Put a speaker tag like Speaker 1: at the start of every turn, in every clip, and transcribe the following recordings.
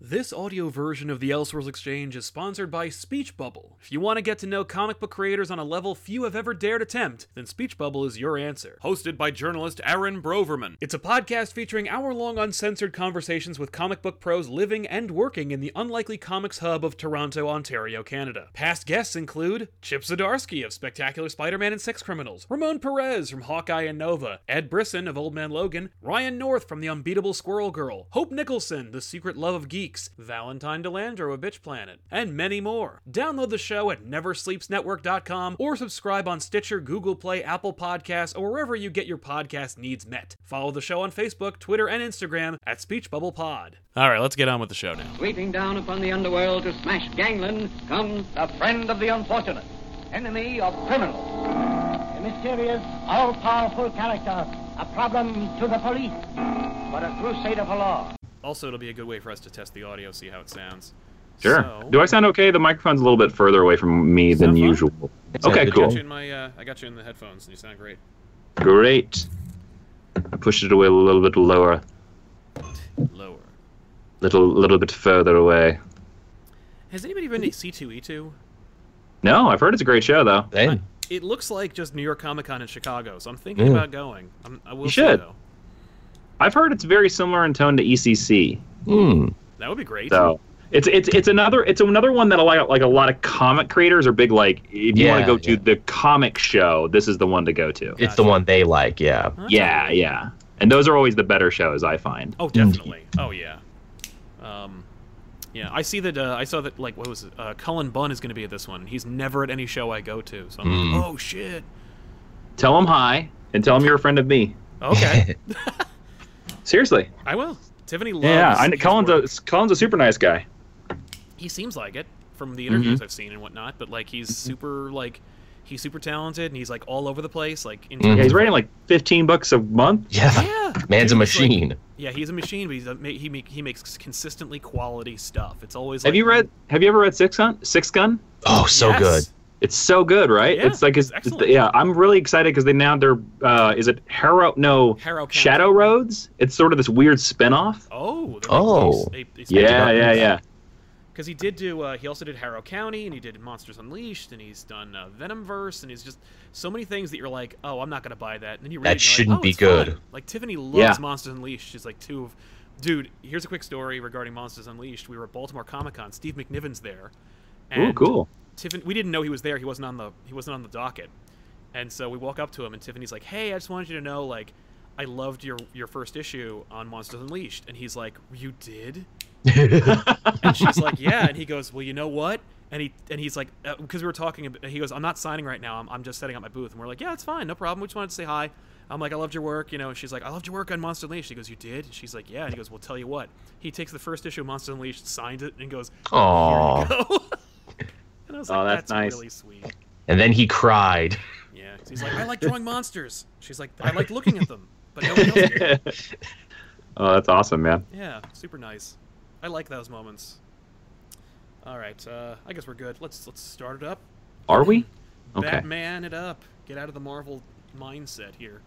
Speaker 1: This audio version of the Elseworlds Exchange is sponsored by Speech Bubble. If you want to get to know comic book creators on a level few have ever dared attempt, then Speech Bubble is your answer. Hosted by journalist Aaron Broverman. It's a podcast featuring hour long uncensored conversations with comic book pros living and working in the unlikely comics hub of Toronto, Ontario, Canada. Past guests include Chip Zdarsky of Spectacular Spider Man and Sex Criminals, Ramon Perez from Hawkeye and Nova, Ed Brisson of Old Man Logan, Ryan North from The Unbeatable Squirrel Girl, Hope Nicholson, The Secret Love of Geeks, Valentine Delandro of Bitch Planet, and many more. Download the show at neversleepsnetwork.com or subscribe on Stitcher, Google Play, Apple Podcasts, or wherever you get your podcast needs met. Follow the show on Facebook, Twitter, and Instagram at Speech Bubble Pod. All right, let's get on with the show now.
Speaker 2: Sweeping down upon the underworld to smash gangland comes the friend of the unfortunate, enemy of criminals.
Speaker 3: A mysterious, all powerful character, a problem to the police, but a crusader for law.
Speaker 1: Also, it'll be a good way for us to test the audio, see how it sounds.
Speaker 4: Sure.
Speaker 1: So-
Speaker 4: Do I sound okay? The microphone's a little bit further away from me than
Speaker 1: Sound fine?
Speaker 4: usual.
Speaker 1: I
Speaker 4: Okay,
Speaker 1: got
Speaker 4: cool.
Speaker 1: you in my, uh, I got you in the headphones, and you sound great.
Speaker 4: Great. I pushed it away a little bit lower,
Speaker 1: Lower.
Speaker 4: little little bit further away.
Speaker 1: Has anybody been to E C2E2?
Speaker 4: No, I've heard it's a great show though.
Speaker 5: Hey,
Speaker 1: It looks like just New York Comic Con in Chicago, so I'm thinking
Speaker 5: Mm.
Speaker 1: about going. I'm, I will
Speaker 4: You
Speaker 1: say,
Speaker 4: should.
Speaker 1: though.
Speaker 4: I've heard it's very similar in tone to ECC.
Speaker 5: hmm.
Speaker 1: That would be great. Oh,
Speaker 4: So it's it's it's another it's another one that a lot like a lot of comic creators are big like if you
Speaker 5: Yeah,
Speaker 4: want to go
Speaker 5: yeah.
Speaker 4: to the comic show, this is the one to go to.
Speaker 5: It's the one they like, yeah.
Speaker 1: Huh?
Speaker 4: Yeah, Mm. yeah. And those are always the better shows I find.
Speaker 1: Oh, definitely. Oh, yeah. Um, yeah. I see that. Uh, I saw that. Like, what was it? Uh, Cullen Bunn is going to be at this one. He's never at any show I go to. So I'm like,
Speaker 5: Mm.
Speaker 1: oh shit.
Speaker 4: Tell them hi and tell them you're a friend of me.
Speaker 1: Okay,
Speaker 4: Seriously.
Speaker 1: I will. Tiffany loves.
Speaker 4: Yeah, I,
Speaker 1: his
Speaker 4: Colin's
Speaker 1: work.
Speaker 4: a Colin's a super nice guy.
Speaker 1: he seems like it from the interviews
Speaker 4: Mm-hmm.
Speaker 1: I've seen and whatnot. But like, he's super like, he's super talented and he's like all over the place. Like, in terms
Speaker 4: Yeah, Mm-hmm. he's
Speaker 1: of,
Speaker 4: writing like 15 books a month.
Speaker 5: Yeah.
Speaker 1: Yeah,
Speaker 5: Man's a
Speaker 1: dude, it's like-
Speaker 5: machine.
Speaker 1: yeah, he's a machine, but he's a, ma- he make, he makes consistently quality stuff. It's always.
Speaker 4: Have
Speaker 1: like-
Speaker 4: you read? Have you ever read Six Gun? Six Gun?
Speaker 5: oh, so
Speaker 1: Yes.
Speaker 5: good.
Speaker 4: It's so good, right?
Speaker 1: Yeah,
Speaker 4: it's like it's,
Speaker 1: it's
Speaker 4: it's the-
Speaker 1: excellent.
Speaker 4: yeah. I'm really excited because they now they're uh, is it Harrow? No,
Speaker 1: Harrow County.
Speaker 4: Shadow Roads. It's sort of this weird spinoff.
Speaker 1: Oh. they're
Speaker 5: Oh.
Speaker 1: like- they- they spent
Speaker 4: Yeah,
Speaker 1: about-
Speaker 4: yeah, yeah.
Speaker 1: because he did do uh, he also did harrow county and he did monsters unleashed and he's done uh, venomverse and he's just so many things that you're like oh i'm not gonna buy that and then you read
Speaker 5: That
Speaker 1: it and you're like,
Speaker 5: shouldn't
Speaker 1: "Oh,
Speaker 5: be
Speaker 1: it's fun."
Speaker 5: good.
Speaker 1: like tiffany loves
Speaker 4: Yeah.
Speaker 1: monsters unleashed she's like two of dude here's a quick story regarding monsters unleashed we were at baltimore comic-con steve mcniven's there and
Speaker 4: Ooh, cool.
Speaker 1: Tiffany, we didn't know he was there. He wasn't on the he wasn't on the docket, and so we walk up to him, and Tiffany's like, "Hey, I just wanted you to know, like, I loved your your first issue on Monsters Unleashed," and he's like, "You did?" and she's like, "Yeah," and he goes, "Well, you know what?" And he and he's like, because we were talking, ab- he goes, "I'm not signing right now. I'm, I'm just setting up my booth," and we're like, "Yeah, it's fine, no problem. We just wanted to say hi." I'm like, "I loved your work," you know. And she's like, "I loved your work on Monsters Unleashed." He goes, "You did?" And she's like, "Yeah." And he goes, "Well, tell you what." He takes the first issue of Monsters Unleashed, signs it, and goes,
Speaker 5: Aw.
Speaker 1: and I was
Speaker 4: Oh,
Speaker 1: like, that's,
Speaker 4: that's nice.
Speaker 1: really sweet.
Speaker 5: And then he cried.
Speaker 1: Yeah. 'cause He's like, I like drawing monsters. She's like, I like looking at them, but no one else did.
Speaker 4: oh, that's awesome, man.
Speaker 1: Yeah, super nice. I like those moments. All right, uh, I guess we're good. Let's let's start it up.
Speaker 4: Are we? Okay.
Speaker 1: Batman it up. Get out of the Marvel mindset here.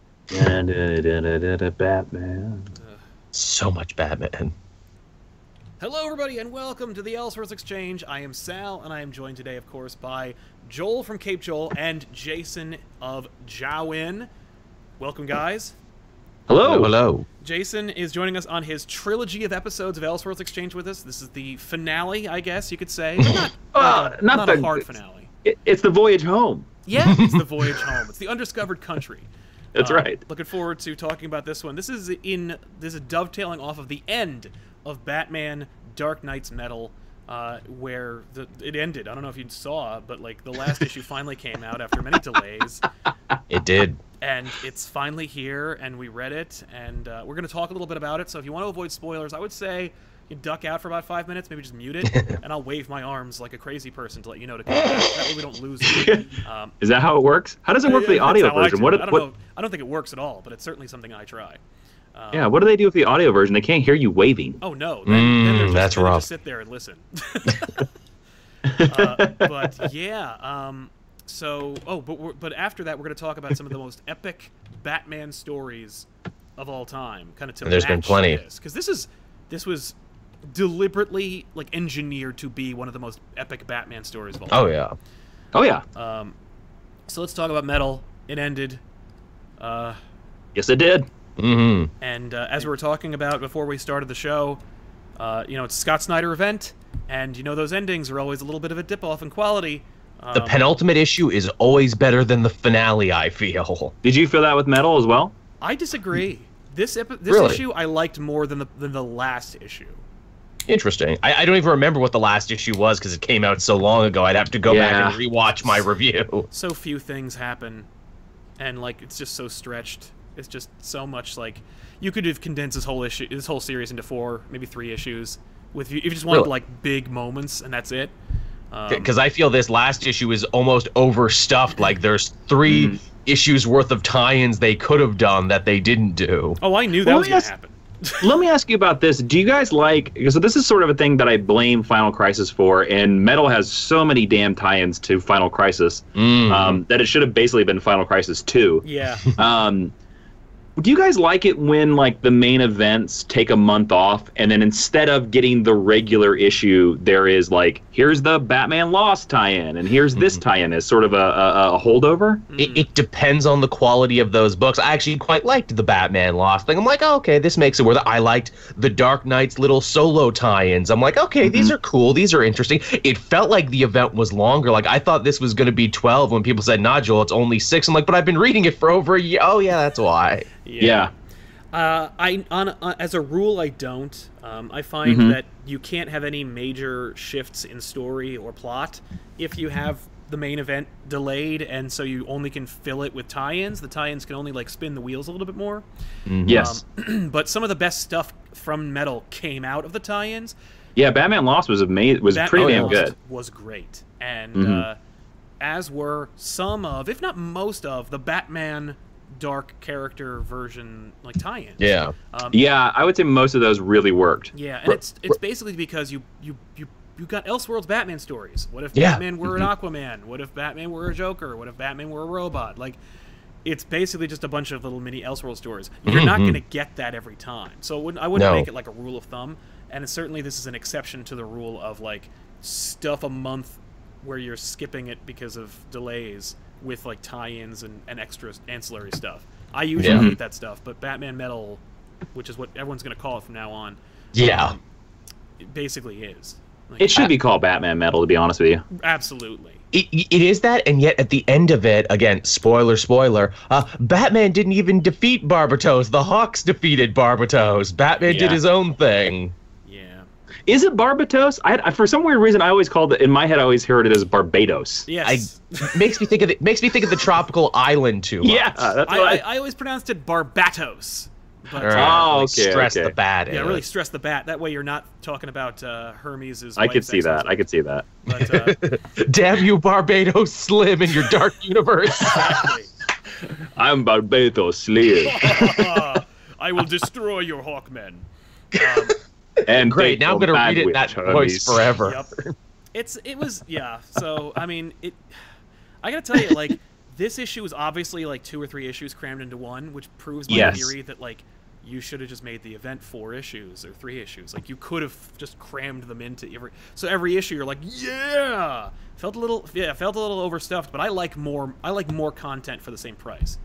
Speaker 4: Batman.
Speaker 5: So much Batman.
Speaker 1: Hello, everybody, and welcome to the Elseworlds Exchange. I am Sal, and I am joined today, of course, by Joel from Cape Joel and Jason of Jowin. Welcome, guys.
Speaker 4: Hello.
Speaker 5: hello.
Speaker 1: Jason is joining us on his trilogy of episodes of Elseworlds Exchange with us. This is the finale, I guess you could say. But not,
Speaker 4: Ah,
Speaker 1: not a-
Speaker 4: not
Speaker 1: not a
Speaker 4: the-
Speaker 1: hard finale.
Speaker 4: It- it's the voyage home.
Speaker 1: Yeah, it's the voyage home. It's the undiscovered country.
Speaker 4: That's
Speaker 1: Uh,
Speaker 4: right.
Speaker 1: Looking forward to talking about this one. This is in this is dovetailing off of the end of Batman Dark Knight's Metal, uh, where the, it ended. I don't know if you saw, but like the last issue finally came out after many delays
Speaker 5: It did.
Speaker 1: and it's finally here and we read it and uh, we're going to talk a little bit about it so if you want to avoid spoilers i would say you duck out for about five minutes maybe just mute it and i'll wave my arms like a crazy person to let you know to come back that way we don't lose you um,
Speaker 4: Is that how it works? How does it work for the
Speaker 1: that's
Speaker 4: audio
Speaker 1: how I
Speaker 4: version?
Speaker 1: do
Speaker 4: What?
Speaker 1: it. I, don't
Speaker 4: what
Speaker 1: know. I don't think it works at all but it's certainly something i try um,
Speaker 4: yeah. What do they do with the audio version? They can't hear you waving.
Speaker 1: Oh no, then, then they're just,
Speaker 5: Mm, that's
Speaker 1: then they
Speaker 5: rough.
Speaker 1: Just sit there and listen. uh, but yeah, um, so oh, but we're, but after that, we're going to talk about some of the most epic Batman stories of all time. Kind of to
Speaker 5: And there's been plenty.
Speaker 1: because this is this was deliberately like engineered to be one of the most epic Batman stories of all.
Speaker 5: Oh yeah.
Speaker 4: Oh yeah.
Speaker 1: Um, so let's talk about Metal. It ended. Uh,
Speaker 4: Yes, it did.
Speaker 5: Mm-hmm.
Speaker 1: and uh, as we were talking about before we started the show, uh, you know, it's a Scott Snyder event, and you know those endings are always a little bit of a dip off in quality.
Speaker 5: The
Speaker 1: Um,
Speaker 5: penultimate issue is always better than the finale. I feel.
Speaker 4: Did you feel that with metal as well?
Speaker 1: I disagree. This epi- this
Speaker 5: Really?
Speaker 1: issue I liked more than the than the last issue.
Speaker 5: Interesting. I, I don't even remember what the last issue was because it came out so long ago. I'd have to go back and
Speaker 4: Yeah.
Speaker 5: rewatch my review.
Speaker 1: So few things happen, and like it's just so stretched. It's just so much like you could have condensed this whole issue, this whole series into four, maybe three issues, with you, if you just wanted
Speaker 5: Really?
Speaker 1: like big moments, and that's it. Um,
Speaker 5: Because I feel this last issue is almost overstuffed. Like there's three issues worth of tie-ins they could have done that they didn't do.
Speaker 1: oh, I knew that
Speaker 4: Well,
Speaker 1: was gonna
Speaker 4: yes.
Speaker 1: happen.
Speaker 4: Let me ask you about this. Do you guys like? So this is sort of a thing that I blame Final Crisis for, and metal has so many damn tie-ins to Final Crisis
Speaker 5: Mm.
Speaker 4: um, that it should have basically been Final Crisis two.
Speaker 1: Yeah.
Speaker 4: Um, do you guys like it when like the main events take a month off, and then instead of getting the regular issue, there is like here's the Batman Lost tie-in, and here's this tie-in as sort of a, a, a holdover?
Speaker 5: It, it depends on the quality of those books. I actually quite liked the Batman Lost thing. I'm like, oh, okay, this makes it worth it. I liked the Dark Knight's little solo tie-ins. I'm like, okay, these are cool. These are interesting. It felt like the event was longer. Like I thought this was going to be 12 when people said, nah, Joel, it's only six. I'm like, but I've been reading it for over a year. Oh yeah, that's why.
Speaker 4: yeah.
Speaker 1: Uh, I on, on as a rule I don't. Um, I find
Speaker 4: Mm-hmm.
Speaker 1: that you can't have any major shifts in story or plot if you have the main event delayed, and so you only can fill it with tie-ins. The tie-ins can only like spin the wheels a little bit more.
Speaker 4: Yes.
Speaker 1: Um, but some of the best stuff from Metal came out of the tie-ins.
Speaker 4: yeah. Batman Lost was amazing. Was
Speaker 1: That
Speaker 4: pretty damn
Speaker 1: almost
Speaker 4: good.
Speaker 1: Was great, and
Speaker 4: Mhm.
Speaker 1: uh, as were some of, if not most of, the Batman dark character version like tie-ins.
Speaker 5: Yeah.
Speaker 1: Um,
Speaker 4: Yeah, I would say most of those really worked.
Speaker 1: Yeah, and it's it's basically because you you you you got Elseworlds Batman stories. What if
Speaker 5: Yeah. Mm-hmm.
Speaker 1: Batman were an Aquaman? What if Batman were a Joker? What if Batman were a robot? Like, it's basically just a bunch of little mini Elseworlds stories. You're not going to get that every time, so it wouldn't, I wouldn't
Speaker 5: Mm-hmm. No.
Speaker 1: make it like a rule of thumb. And it's, certainly, this is an exception to the rule of like stuff a month where you're skipping it because of delays with like tie-ins and, and extra ancillary stuff. I usually
Speaker 5: Yeah. Mm-hmm.
Speaker 1: hate that stuff, but Batman Metal, which is what everyone's going to call it from now on,
Speaker 5: Yeah.
Speaker 1: it basically is. Like,
Speaker 4: It should be called Batman Metal, to be honest with you.
Speaker 1: absolutely.
Speaker 5: It, it is that, and yet at the end of it, again, spoiler, spoiler, uh, Batman didn't even defeat Barbatos. The Hawks defeated Barbatos. Batman
Speaker 4: Yeah.
Speaker 5: did his own thing.
Speaker 1: Yeah.
Speaker 4: Is it Barbatos? I, I for some weird reason I always called it in my head. I always heard it as Barbados.
Speaker 5: I
Speaker 1: Yes.
Speaker 5: makes me think of the, makes me think of the tropical island too. much.
Speaker 4: Yeah, that's
Speaker 1: I,
Speaker 4: what I,
Speaker 1: I, I always pronounced it Barbatos. But
Speaker 5: All
Speaker 1: uh,
Speaker 5: right,
Speaker 4: Oh,
Speaker 5: like,
Speaker 4: okay,
Speaker 5: Stress
Speaker 4: okay.
Speaker 5: the bad.
Speaker 1: yeah,
Speaker 5: end.
Speaker 1: really stress the bat. That way you're not talking about uh, Hermes'
Speaker 4: I could see that. I could see that.
Speaker 1: But, uh,
Speaker 5: Damn you, Barbados Slim, in your dark universe.
Speaker 1: exactly. Uh,
Speaker 4: I'm Barbados Slim,
Speaker 1: Ah, I will destroy your Hawkmen. Um,
Speaker 4: and
Speaker 5: Great. Now I'm gonna read it in that voice forever.
Speaker 1: Yep. It's it was yeah. So I mean it. I gotta tell you, like this issue is obviously like two or three issues crammed into one, which proves my
Speaker 4: Yes.
Speaker 1: theory that like you should have just made the event four issues or three issues. Like you could have just crammed them into every. So every issue you're like, yeah, felt a little yeah, felt a little overstuffed, but I like more. I like more content for the same price.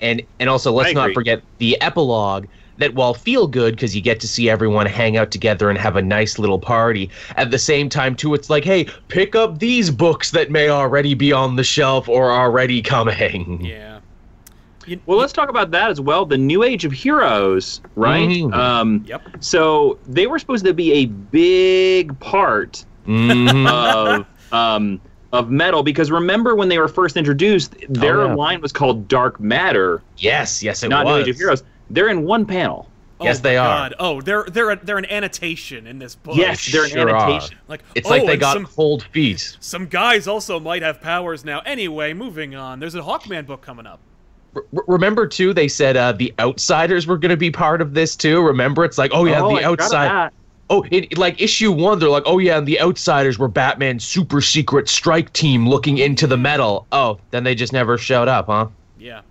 Speaker 5: and and also let's
Speaker 4: I
Speaker 5: not
Speaker 4: agree.
Speaker 5: forget the epilogue that while feel good because you get to see everyone hang out together and have a nice little party at the same time too it's like hey pick up these books that may already be on the shelf or already coming
Speaker 1: Yeah. You-
Speaker 4: Well, let's talk about that as well. The New Age of Heroes, right?
Speaker 5: Mhm.
Speaker 4: Um,
Speaker 1: Yep.
Speaker 4: So they were supposed to be a big part
Speaker 5: Mhm.
Speaker 4: of um, of metal because remember when they were first introduced, their
Speaker 5: Oh, yeah.
Speaker 4: line was called Dark Matter,
Speaker 5: yes yes it
Speaker 4: not
Speaker 5: was
Speaker 4: New Age of Heroes. They're in one panel.
Speaker 5: Yes,
Speaker 1: oh
Speaker 5: they
Speaker 1: my
Speaker 5: are.
Speaker 1: God. Oh, they're they're a, they're an annotation in this book.
Speaker 4: yes, they're an
Speaker 5: sure are.
Speaker 4: annotation.
Speaker 1: Like
Speaker 5: it's
Speaker 1: oh,
Speaker 5: like they
Speaker 1: and
Speaker 5: got
Speaker 1: some
Speaker 5: cold feet
Speaker 1: Some guys also might have powers now. Anyway, moving on. There's a Hawkman book coming up.
Speaker 5: R- remember too they said uh, the outsiders were going to be part of this too remember it's like oh yeah
Speaker 4: Oh, I
Speaker 5: the
Speaker 4: forgot about
Speaker 5: outside
Speaker 4: that.
Speaker 5: Oh, it, it- like issue one, they're like, oh yeah, and the Outsiders were Batman's super secret strike team looking into the metal. Oh, then they just never showed up, huh?
Speaker 1: Yeah.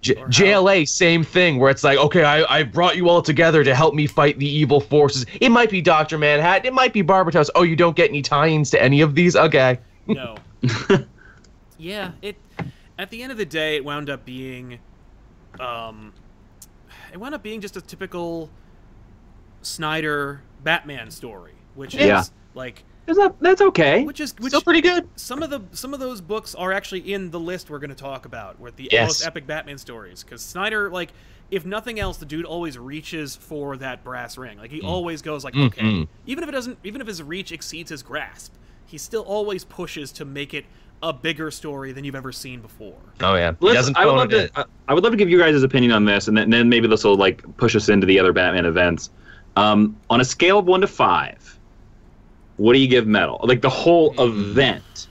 Speaker 5: J-
Speaker 1: Or how-
Speaker 5: JLA, same thing, where it's like, okay, I, I brought you all together to help me fight the evil forces. It might be Dr. Manhattan, it might be Barbatos. Oh, you don't get any tie ins to any of these? Okay.
Speaker 1: No. yeah, it. At the end of the day, it wound up being, um, it wound up being just a typical Snyder Batman story, which
Speaker 4: Yeah.
Speaker 1: is like,
Speaker 4: Is that- that's okay.
Speaker 1: which is which
Speaker 5: Still pretty good.
Speaker 1: some of the some of those books are actually in the list we're going to talk about with the
Speaker 5: Yes.
Speaker 1: most epic Batman stories because Snyder like if nothing else the dude always reaches for that brass ring like
Speaker 4: Mm.
Speaker 1: he always goes like okay
Speaker 5: Mhm.
Speaker 1: even if it doesn't even if his reach exceeds his grasp he still always pushes to make it a bigger story than you've ever seen before
Speaker 5: Oh, yeah. He
Speaker 4: Let's-
Speaker 5: doesn't
Speaker 4: I would
Speaker 5: phone
Speaker 4: love
Speaker 5: it in.
Speaker 4: to. I- I would love to give you guys' his opinion on this, and then, then maybe this will like push us into the other Batman events. Um, on a scale of one to five, what do you give Metal? Like the whole event,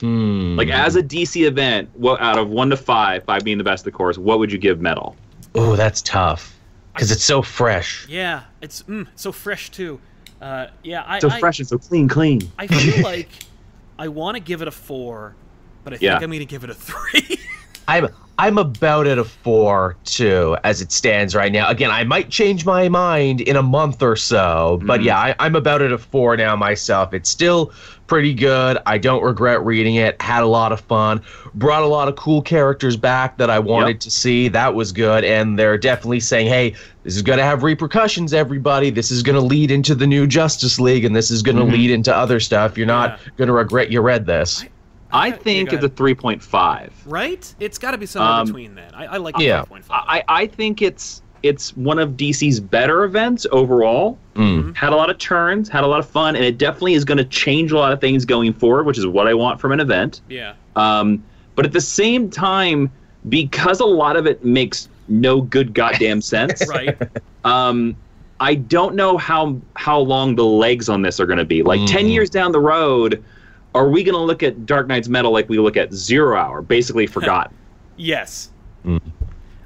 Speaker 5: Hmm.
Speaker 4: like as a DC event, what out of one to five, five being the best, of course, what would you give Metal?
Speaker 5: Oh, that's tough. Because it's so fresh.
Speaker 1: yeah it's mm, it's so fresh too uh, yeah I
Speaker 4: So
Speaker 1: I,
Speaker 4: fresh and so clean, clean.
Speaker 1: I feel like I want to give it a four but I think
Speaker 4: Yeah.
Speaker 1: I'm going to give it a three
Speaker 5: I'm I'm about at a four too, as it stands right now. Again, I might change my mind in a month or so, but
Speaker 4: Mm.
Speaker 5: yeah, I, I'm about at a four now myself. It's still pretty good. I don't regret reading it. Had a lot of fun. Brought a lot of cool characters back that I wanted
Speaker 4: Yep.
Speaker 5: to see. That was good. And they're definitely saying, hey, this is going to have repercussions, everybody. This is going to lead into the new Justice League, and this is going to
Speaker 4: Mhm.
Speaker 5: lead into other stuff. You're not going to regret you read this.
Speaker 4: I
Speaker 1: Yeah,
Speaker 4: think
Speaker 1: go
Speaker 4: it's a
Speaker 1: ahead.
Speaker 4: three point five.
Speaker 1: right it's got to be somewhere
Speaker 4: Um,
Speaker 1: between then I, I like
Speaker 5: yeah.
Speaker 1: 5.5
Speaker 4: I I think it's it's one of DC's better events overall.
Speaker 5: Mm.
Speaker 4: had a lot of turns, had a lot of fun, and it definitely is going to change a lot of things going forward, which is what I want from an event.
Speaker 1: yeah
Speaker 4: Um, but at the same time, because a lot of it makes no good goddamn sense,
Speaker 1: right
Speaker 4: um, I don't know how how long the legs on this are going to be. Like ten
Speaker 5: Mm.
Speaker 4: years down the road, are we going to look at Dark Knight's Metal like we look at Zero Hour, basically forgotten?
Speaker 1: Yes.
Speaker 5: Mm.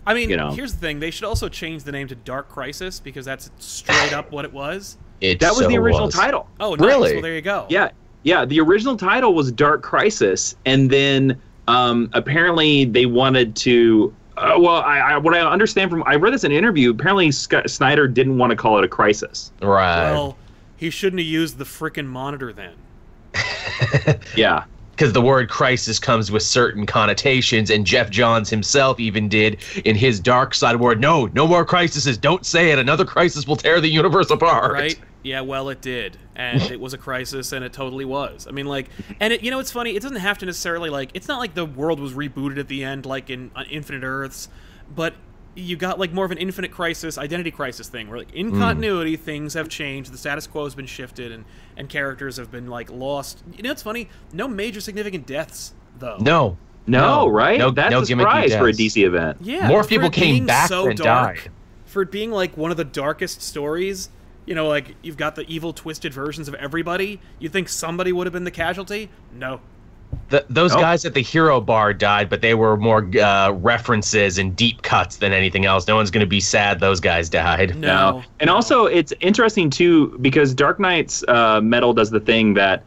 Speaker 1: I mean,
Speaker 4: You know.
Speaker 1: here's the thing: they should also change the name to Dark Crisis because that's straight up what it was.
Speaker 5: It
Speaker 4: that was
Speaker 5: so
Speaker 4: the original
Speaker 5: was.
Speaker 4: title.
Speaker 1: Oh, nice.
Speaker 5: Really?
Speaker 1: Well, there you go.
Speaker 4: Yeah, yeah. The original title was Dark Crisis, and then um, apparently they wanted to. Uh, well, I, I what I understand from I read this in an interview. Apparently, Sc- Snyder didn't want to call it a crisis.
Speaker 5: Right.
Speaker 1: Well, he shouldn't have used the frickin' monitor then.
Speaker 4: Yeah,
Speaker 5: because the word crisis comes with certain connotations and jeff johns himself even did in his dark side word no no more crises don't say it another crisis will tear the universe apart
Speaker 1: Right? Yeah. Well, it did, and it was a crisis, and it totally was. I mean, like, and it, you know, it's funny. It doesn't have to necessarily like. It's not like the world was rebooted at the end, like in on Infinite Earths, but you got like more of an infinite crisis identity crisis thing where like in continuity things have changed the status quo has been shifted and and characters have been like lost you know it's funny no major significant deaths though
Speaker 5: no
Speaker 4: no, right?
Speaker 5: no,
Speaker 4: That's
Speaker 5: no
Speaker 4: a
Speaker 5: gimmicky
Speaker 4: surprise for a
Speaker 5: deaths.
Speaker 4: DC event.
Speaker 1: yeah
Speaker 5: More
Speaker 1: for
Speaker 5: people
Speaker 1: it
Speaker 5: came
Speaker 1: being
Speaker 5: back
Speaker 1: so
Speaker 5: than
Speaker 1: dark,
Speaker 5: died.
Speaker 1: for it being like one of the darkest stories you know like you've got the evil twisted versions of everybody you think somebody would have been the casualty no
Speaker 5: Th those
Speaker 4: Nope.
Speaker 5: guys at the hero bar died but they were more uh, references and deep cuts than anything else no one's going to be sad those guys died
Speaker 1: no,
Speaker 4: And also, it's interesting too because Dark Knight's uh, metal does the thing that,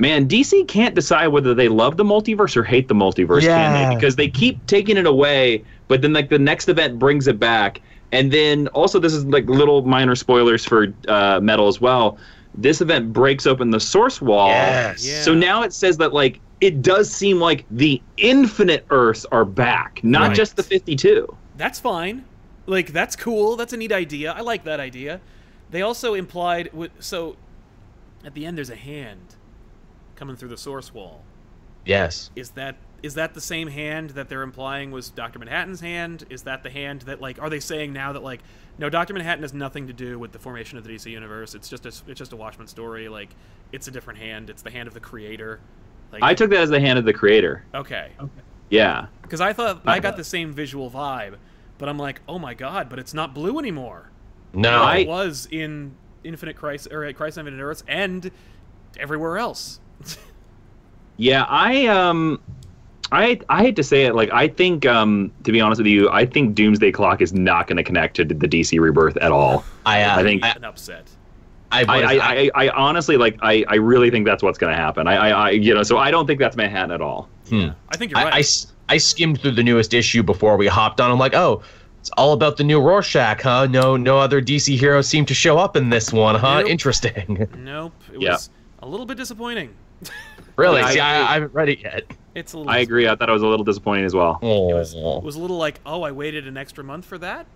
Speaker 4: man, DC can't decide whether they love the multiverse or hate the multiverse, can
Speaker 5: Yeah.
Speaker 4: they? Because they keep taking it away, but then like the next event brings it back, and then also this is like little minor spoilers for uh, metal as well. This event breaks open the source wall,
Speaker 5: yes
Speaker 1: Yeah.
Speaker 4: so now it says that like it does seem like the infinite Earths are back, not
Speaker 5: Right.
Speaker 4: just the fifty-two.
Speaker 1: that's fine. Like that's cool. That's a neat idea. I like that idea. They also implied wi- so at the end there's a hand coming through the source wall.
Speaker 5: yes
Speaker 1: Is that is that the same hand that they're implying was Dr. Manhattan's hand? Is that the hand that like are they saying now that like no Dr. Manhattan has nothing to do with the formation of the DC universe. It's just a, it's just a Watchmen story. Like it's a different hand. It's the hand of the creator. Like
Speaker 4: I took that as the hand of the creator.
Speaker 1: okay.
Speaker 4: Yeah.
Speaker 1: Because I thought I got the same visual vibe, but I'm like, "Oh my god, but it's not blue anymore."
Speaker 5: no
Speaker 4: I-
Speaker 1: it was in Infinite Crisis or uh, Crisis on Infinite Earths and everywhere else.
Speaker 4: Yeah, I um, I I hate to say it, like I think um, to be honest with you, I think Doomsday Clock is not going to connect to the DC Rebirth at all.
Speaker 5: I, uh,
Speaker 4: I think-
Speaker 1: an upset.
Speaker 5: I've
Speaker 4: I,
Speaker 5: noticed-
Speaker 4: I, I, I honestly like I, I really think that's what's going to happen. I, I, I you know so I don't think that's Manhattan at all.
Speaker 5: hmm.
Speaker 1: I think you're
Speaker 5: I,
Speaker 1: right.
Speaker 5: I s- I skimmed through the newest issue before we hopped on. I'm like, oh, it's all about the new Rorschach, huh? No, no other DC heroes seem to show up in this one, huh?
Speaker 1: Nope.
Speaker 5: Interesting.
Speaker 1: nope. It
Speaker 4: Yeah.
Speaker 1: was a little bit disappointing.
Speaker 5: really?
Speaker 4: Yeah, I
Speaker 5: See, I,
Speaker 4: agree.
Speaker 5: I, haven't read it yet.
Speaker 1: It's a little.
Speaker 4: I agree. I thought it was a little disappointing as well.
Speaker 1: It
Speaker 5: Oh,
Speaker 1: was a little like, oh, I waited an extra month for that.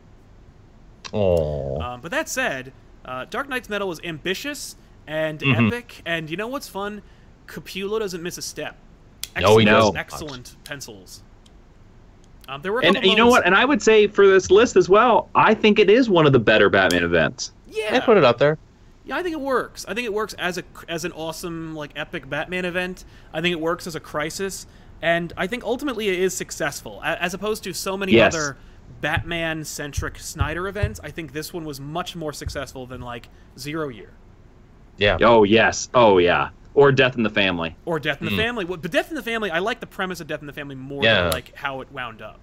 Speaker 1: Um, but that said, uh, Dark Knight's Metal was ambitious and
Speaker 4: Mm-hmm.
Speaker 1: epic, and you know what's fun? Capullo doesn't miss a step.
Speaker 5: No,
Speaker 1: Excellent,
Speaker 5: he
Speaker 4: does not.
Speaker 1: Excellent pencils. Um, there were a
Speaker 4: And
Speaker 1: couple
Speaker 4: you know what?
Speaker 1: moments-
Speaker 4: And I would say for this list as well, I think it is one of the better Batman events.
Speaker 1: yeah,
Speaker 5: I put it up there.
Speaker 1: Yeah, I think it works. I think it works as a as an awesome like epic Batman event. I think it works as a crisis, and I think ultimately it is successful A- as opposed to so many
Speaker 4: Yes.
Speaker 1: other Batman centric Snyder events. I think this one was much more successful than like Zero Year
Speaker 5: Yeah.
Speaker 4: Oh yes. Oh yeah. Or Death in the Family.
Speaker 1: or Death in the Family. Well, But Death in the Family, I like the premise of Death in the Family more
Speaker 5: Yeah.
Speaker 1: than like how it wound up.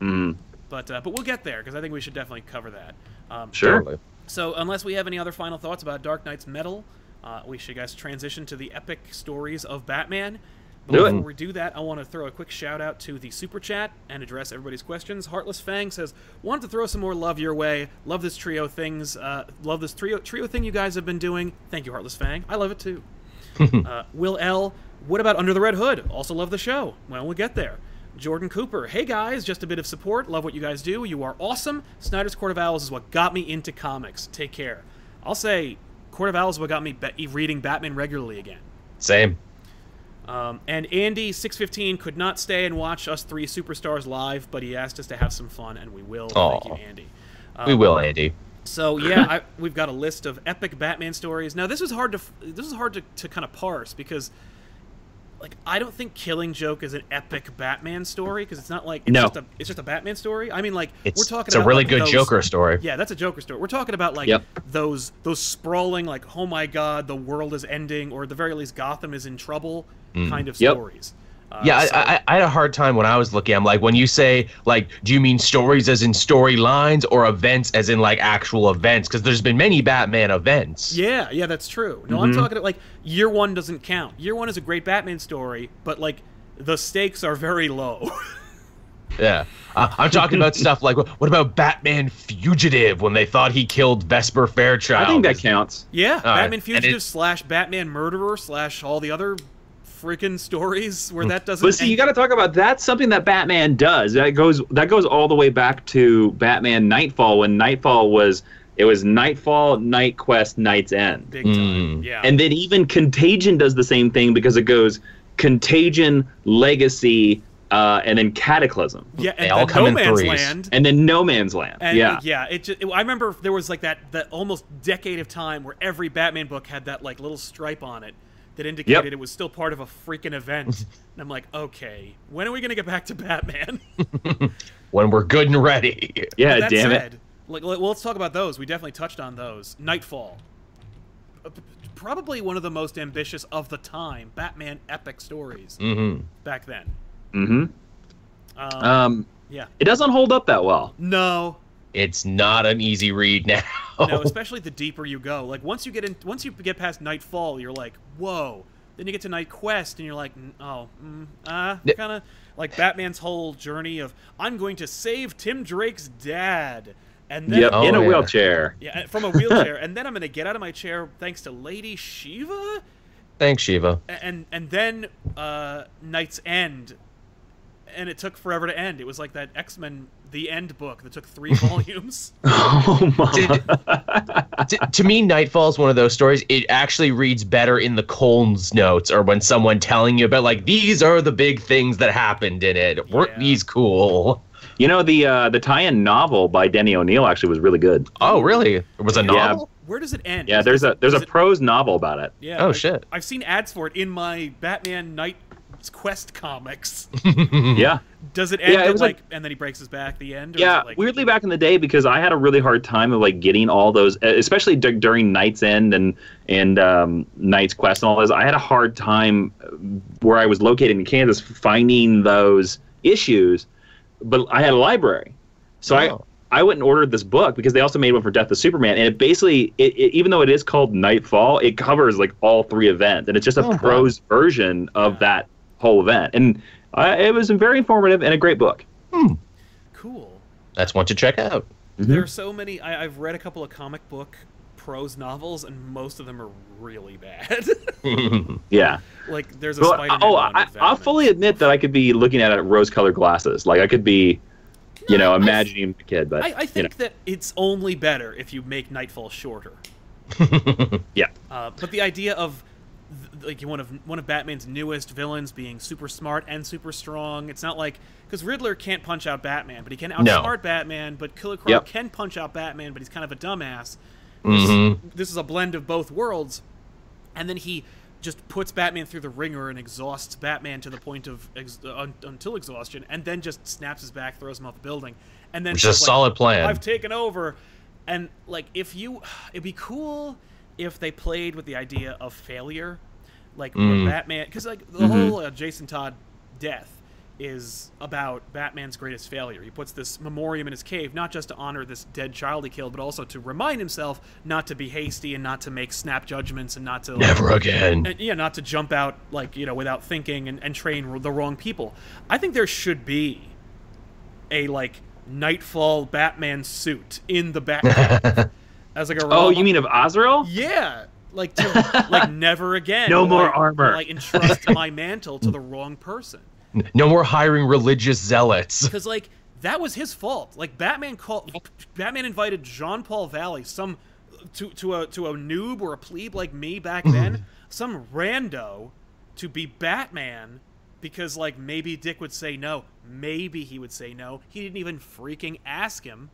Speaker 4: Mm,
Speaker 1: But uh, but we'll get there because I think we should definitely cover that. Um,
Speaker 4: sure.
Speaker 5: Totally.
Speaker 1: So, unless we have any other final thoughts about Dark Knight's Metal, uh, we should, guys, transition to the epic stories of Batman. But
Speaker 4: Do it.
Speaker 1: before we do that, I want to throw a quick shout out to the super chat and address everybody's questions. Heartless Fang says, "Want to throw some more love your way. Love this trio things. Uh, love this trio trio thing you guys have been doing. Thank you, Heartless Fang. I love it too." Uh, Will L. What about Under the Red Hood? Also love the show. Well, we'll get there. Jordan Cooper. Hey guys, just a bit of support. Love what you guys do. You are awesome. Snyder's Court of Owls is what got me into comics. Take care. I'll say Court of Owls is what got me ba- reading Batman regularly again.
Speaker 5: Same.
Speaker 1: Um, and Andy615 could not stay and watch us three superstars live, but he asked us to have some fun, and we will.
Speaker 5: Aw.
Speaker 1: Thank you, Andy.
Speaker 5: we will,
Speaker 1: Uh,
Speaker 5: Andy.
Speaker 1: So yeah, I, we've got a list of epic Batman stories. Now this was hard to f- this is hard to, to kind of parse because like I don't think Killing Joke is an epic Batman story because it's not like it's
Speaker 4: No.
Speaker 1: just a it's just a Batman story. I mean like
Speaker 5: It's,
Speaker 1: we're talking
Speaker 5: it's a
Speaker 1: about,
Speaker 5: really
Speaker 1: like,
Speaker 5: good
Speaker 1: those-
Speaker 5: Joker story.
Speaker 1: Yeah, that's a Joker story. We're talking about like
Speaker 4: Yep.
Speaker 1: those those sprawling like oh my god the world is ending or at the very least Gotham is in trouble kind of
Speaker 4: Yep.
Speaker 1: stories. Uh,
Speaker 5: Mm. Yeah,
Speaker 1: so-
Speaker 5: I, I, I had a hard time when I was looking. I'm like, when you say like, do you mean stories as in storylines or events as in like actual events? Because there's been many Batman events.
Speaker 1: Yeah, yeah, that's true. No,
Speaker 5: Mm-hmm.
Speaker 1: I'm talking about like year one doesn't count. Year one is a great Batman story, but like the stakes are very low.
Speaker 5: Yeah. Uh, I'm talking about stuff like, what about Batman Fugitive when they thought he killed Vesper Fairchild?
Speaker 4: I think that counts.
Speaker 1: yeah,
Speaker 5: and
Speaker 1: Batman
Speaker 5: it-
Speaker 1: Fugitive slash Batman Murderer slash all the other freaking stories
Speaker 5: Mm.
Speaker 1: where that doesn't.
Speaker 4: But see, you
Speaker 1: end.
Speaker 4: got to talk about that's something that Batman does. That goes that goes all the way back to Batman Nightfall when Nightfall was it was Nightfall, Night Quest, Night's End.
Speaker 1: big time.
Speaker 5: Mm.
Speaker 1: Yeah,
Speaker 4: And then even Contagion does the same thing because it goes Contagion, Legacy, uh, and then Cataclysm,
Speaker 1: yeah, and
Speaker 5: they all
Speaker 1: then
Speaker 5: come
Speaker 1: No
Speaker 5: in
Speaker 1: Man's
Speaker 5: threes.
Speaker 1: Land.
Speaker 4: and then No Man's Land.
Speaker 1: And
Speaker 4: yeah.
Speaker 1: yeah. It just, I remember there was like that that almost decade of time where every Batman book had that like little stripe on it that indicated it was still part of a freaking event. and I'm like, okay, when are we gonna get back to Batman?
Speaker 5: When we're good and ready.
Speaker 4: Yeah,
Speaker 1: that
Speaker 4: damn
Speaker 1: said,
Speaker 4: it.
Speaker 1: Like, let- well, let's talk about those. We definitely touched on those. Nightfall, Uh, p- probably one of the most ambitious of the time Batman epic stories
Speaker 4: Mm.
Speaker 5: Mm-hmm.
Speaker 1: back then.
Speaker 4: hmm
Speaker 1: Um,
Speaker 4: Um,
Speaker 1: yeah.
Speaker 4: it doesn't hold up that well.
Speaker 1: No,
Speaker 5: It's not an easy read now.
Speaker 4: Oh.
Speaker 1: no, especially the deeper you go. Like once you get in, once you get past Nightfall, you're like, whoa. Then you get to Night Quest, and you're like, "Mm, oh, mm, uh,
Speaker 5: Yeah.
Speaker 1: kind of like Batman's whole journey of I'm going to save Tim Drake's dad, and then
Speaker 4: Yep,
Speaker 5: Oh,
Speaker 4: in a
Speaker 5: yeah.
Speaker 4: wheelchair.
Speaker 1: Yeah, uh, from a wheelchair, and then I'm gonna get out of my chair thanks to Lady Shiva,
Speaker 5: Thanks, Shiva.
Speaker 1: a- and and then uh, Night's End, and it took forever to end. It was like that X Men The End book that took three volumes.
Speaker 4: Oh my.
Speaker 5: Did- to, to me, Nightfall is one of those stories. It actually reads better in the Colnes notes or when someone telling you about like these are the big things that happened in it. Weren't
Speaker 1: Yeah.
Speaker 5: these cool?
Speaker 4: You know the uh, the tie-in novel by Denny O'Neil actually was really good.
Speaker 5: Oh, really? It was a
Speaker 4: Yeah.
Speaker 5: novel.
Speaker 1: Where does it end?
Speaker 4: Yeah,
Speaker 1: Is
Speaker 4: there's
Speaker 1: it-
Speaker 4: a there's
Speaker 1: is
Speaker 4: a
Speaker 1: it-
Speaker 4: prose novel about it.
Speaker 1: yeah,
Speaker 5: Oh,
Speaker 1: I've-
Speaker 5: shit.
Speaker 1: I've seen ads for it in my Batman Night Quest comics.
Speaker 5: Hmm.
Speaker 4: Yeah,
Speaker 1: Does it end
Speaker 4: Yeah, it
Speaker 1: at,
Speaker 4: was
Speaker 1: like,
Speaker 4: like-
Speaker 1: and then he breaks his back? The end? Or is
Speaker 4: yeah.
Speaker 1: it, like,
Speaker 4: Weirdly, back in the day, because I had a really hard time of like getting all those, e, especially d- during Night's End and and um, Night's Quest and all those. I had a hard time uh, where I was located in Kansas finding those issues, but I had a library, so I
Speaker 5: Oh.
Speaker 4: I went and ordered this book because they also made one for Death of Superman, and it basically, it, it, even though it is called Nightfall, it covers like all three events, and it's just a
Speaker 5: wow.
Speaker 4: prose version of that whole event. And uh, it was very informative and a great book.
Speaker 1: Cool.
Speaker 5: That's one to check out.
Speaker 1: There are so many. I, I've read a couple of comic book prose novels, and most of them are really bad.
Speaker 5: Mm-hmm.
Speaker 4: Yeah.
Speaker 1: like there's a
Speaker 4: Well,
Speaker 1: Spider-Man.
Speaker 4: oh,
Speaker 1: one
Speaker 4: I,
Speaker 1: with
Speaker 4: I'll
Speaker 1: Venom.
Speaker 4: fully admit that I could be looking at it rose-colored glasses. Like I could be, you know,
Speaker 1: No, I-
Speaker 4: imagining the kid. But
Speaker 1: I, I think
Speaker 4: you know,
Speaker 1: that it's only better if you make Nightfall shorter.
Speaker 4: yeah,
Speaker 1: Uh, but the idea of th- like one of one of Batman's newest villains being super smart and super strong. It's not like because Riddler can't punch out Batman, but he can outsmart Batman. But Killer Croc
Speaker 4: Yep.
Speaker 1: can punch out Batman, but he's kind of a dumbass.
Speaker 5: Mhm.
Speaker 1: This, this is a blend of both worlds, and then he just puts Batman through the ringer and exhausts Batman to the point of ex- uh, un- until exhaustion, and then just snaps his back, throws him off the building, and then
Speaker 5: Which is a
Speaker 1: says, like,
Speaker 5: solid plan.
Speaker 1: I've taken over. And like if you it'd be cool if they played with the idea of failure. Like when
Speaker 5: Mm. Mm-hmm.
Speaker 1: Batman cuz like the whole uh, Jason Todd death is about Batman's greatest failure. He puts this memoriam in his cave not just to honor this dead child he killed, but also to remind himself not to be hasty and not to make snap judgments and not to like,
Speaker 5: Never again.
Speaker 1: and, yeah, not to jump out like you know without thinking and, and train r- the wrong people. I think there should be a like Nightfall Batman suit in the background as like a.
Speaker 4: Oh,
Speaker 1: Rob-
Speaker 4: you mean of Azrael?
Speaker 1: yeah, like to, like never again.
Speaker 4: No
Speaker 1: will
Speaker 4: more
Speaker 1: I-
Speaker 4: armor.
Speaker 1: will I entrust my mantle to the wrong person
Speaker 5: No more hiring religious zealots.
Speaker 1: because like that was his fault. Like Batman called, Batman invited Jean Paul Valley, some to to a to a noob or a plebe like me back
Speaker 4: Mm-hmm.
Speaker 1: then, some rando, to be Batman because like maybe Dick would say no, maybe he would say no. He didn't even freaking ask him.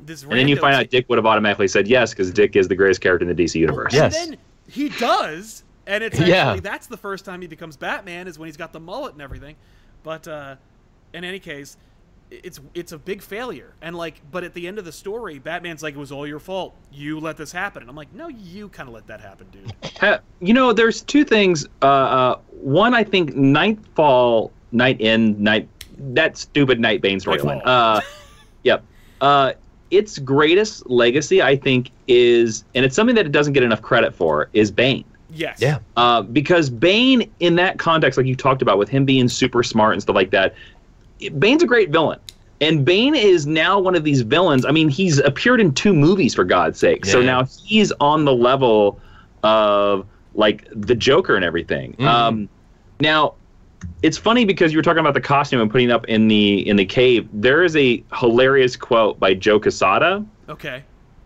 Speaker 1: This
Speaker 4: And then you
Speaker 1: rando
Speaker 4: find
Speaker 1: ta-
Speaker 4: out Dick would have automatically said yes because Dick is the greatest character in the DC universe.
Speaker 1: and
Speaker 5: Yes.
Speaker 1: then he does, and it's actually
Speaker 5: Yeah.
Speaker 1: that's the first time he becomes Batman is when he's got the mullet and everything. But uh, in any case, i- it's it's a big failure. And like, but at the end of the story, Batman's like, "It was all your fault. You let this happen." And I'm like, "No, you kind of let that happen, dude."
Speaker 4: Ha- You know, there's two things. Uh, uh, one, I think Nightfall, Night End, Night that stupid Night Bane storyline.
Speaker 1: Nightfall.
Speaker 4: Uh, yep. Uh, its greatest legacy, I think, is, and it's something that it doesn't get enough credit for, is Bane.
Speaker 1: Yes.
Speaker 5: Yeah.
Speaker 4: Uh, because Bane, in that context, like you talked about, with him being super smart and stuff like that, Bane's a great villain. And Bane is now one of these villains. I mean, he's appeared in two movies, for God's sake. So
Speaker 5: Yeah.
Speaker 4: now he's on the level of, like, the Joker and everything.
Speaker 5: Mhm.
Speaker 4: Um, now, it's funny because you were talking about the costume and putting up in the in the cave. There is a hilarious quote by Joe Quesada
Speaker 1: Okay.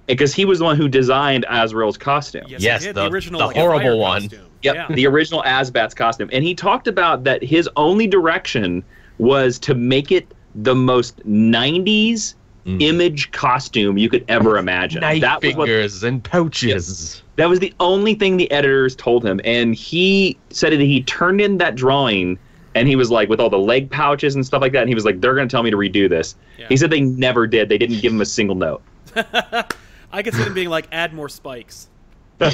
Speaker 4: because he was the one who designed Azrael's costume.
Speaker 1: Yes.
Speaker 5: Yes,
Speaker 1: he did.
Speaker 5: the-
Speaker 1: original
Speaker 5: the
Speaker 1: like,
Speaker 5: horrible
Speaker 1: fire
Speaker 5: one.
Speaker 1: costume.
Speaker 4: Yep,
Speaker 1: Yeah.
Speaker 4: the original Asbats costume. And he talked about that his only direction was to make it the most 90s
Speaker 5: Mm.
Speaker 4: image costume you could ever imagine.
Speaker 5: Knife
Speaker 4: that was what
Speaker 5: fingers and pouches.
Speaker 4: that was the only thing the editors told him, and he said that he turned in that drawing, and he was like, with all the leg pouches and stuff like that, and he was like, "They're going to tell me to redo this."
Speaker 1: Yeah.
Speaker 4: He said they never did. They didn't give him a single note.
Speaker 1: I could see them being like, "Add more spikes."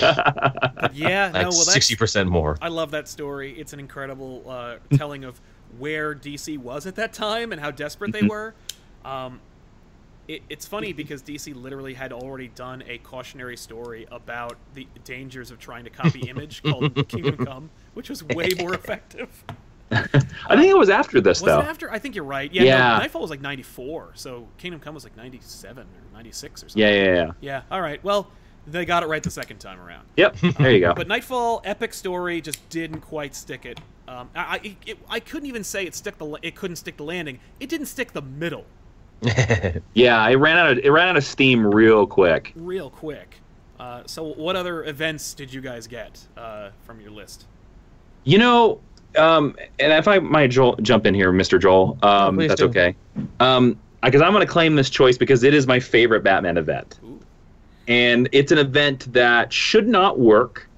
Speaker 1: but yeah. no.
Speaker 5: Like
Speaker 1: Well, that's
Speaker 5: sixty percent more.
Speaker 1: I love that story. It's an incredible uh,
Speaker 4: Mm-hmm.
Speaker 1: telling of where DC was at that time and how desperate
Speaker 4: Mm-hmm.
Speaker 1: they were. Um, it, it's funny because DC literally had already done a cautionary story about the dangers of trying to copy Image called Kingdom Come, which was way more effective.
Speaker 4: I think it was after this
Speaker 1: Was
Speaker 4: though.
Speaker 1: it after? I think you're right. Yeah, no,
Speaker 4: Yeah.
Speaker 1: Nightfall was like '94, so Kingdom Come was like '97 or '96 or something.
Speaker 4: yeah, yeah, yeah.
Speaker 1: Yeah. All right. Well, they got it right the second time around.
Speaker 4: Yep. There you go.
Speaker 1: But Nightfall, epic story, just didn't quite stick it. Um, I, I, it, I couldn't even say it stick the la- it couldn't stick the landing. It didn't stick the middle
Speaker 4: yeah, it ran out. Of, it ran out of steam real quick.
Speaker 1: real quick. Uh, so what other events did you guys get uh, from your list?
Speaker 4: You know, um, and if I might Joel, jump in here, Mr. Joel, um,
Speaker 5: Oh, please
Speaker 4: that's
Speaker 5: do.
Speaker 4: okay. Um, because I'm going to claim this choice because it is my favorite Batman event,
Speaker 1: Ooh.
Speaker 4: and it's an event that should not work,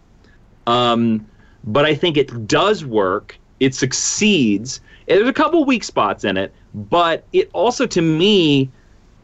Speaker 4: um, but I think it does work. It succeeds. And There's a couple weak spots in it, but it also, to me,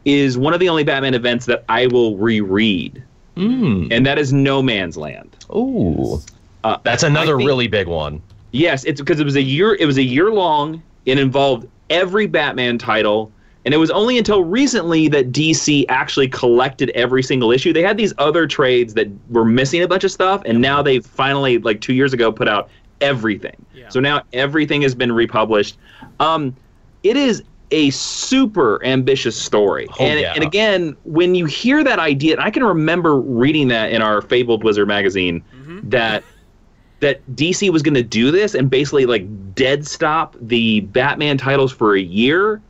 Speaker 4: is one of the only Batman events that I will reread,
Speaker 5: Mm.
Speaker 4: and that is No Man's Land.
Speaker 5: Ooh.
Speaker 4: Uh,
Speaker 5: That's another
Speaker 4: I think-
Speaker 5: really big one.
Speaker 4: Yes, it's because it was a year. It was a year long. It involved every Batman title, And it was only until recently that DC actually collected every single issue. They had these other trades that were missing a bunch of stuff, and now they finally, like two years ago, put out everything.
Speaker 1: Yeah.
Speaker 4: So now everything has been republished. Um, it is a super ambitious story.
Speaker 5: Oh,
Speaker 4: and,
Speaker 5: yeah.
Speaker 4: and again, when you hear that idea, and I can remember reading that in our Fabled Wizard magazine
Speaker 1: Mm-hmm.
Speaker 4: that that DC was going to do this and basically like dead stop the Batman titles for a year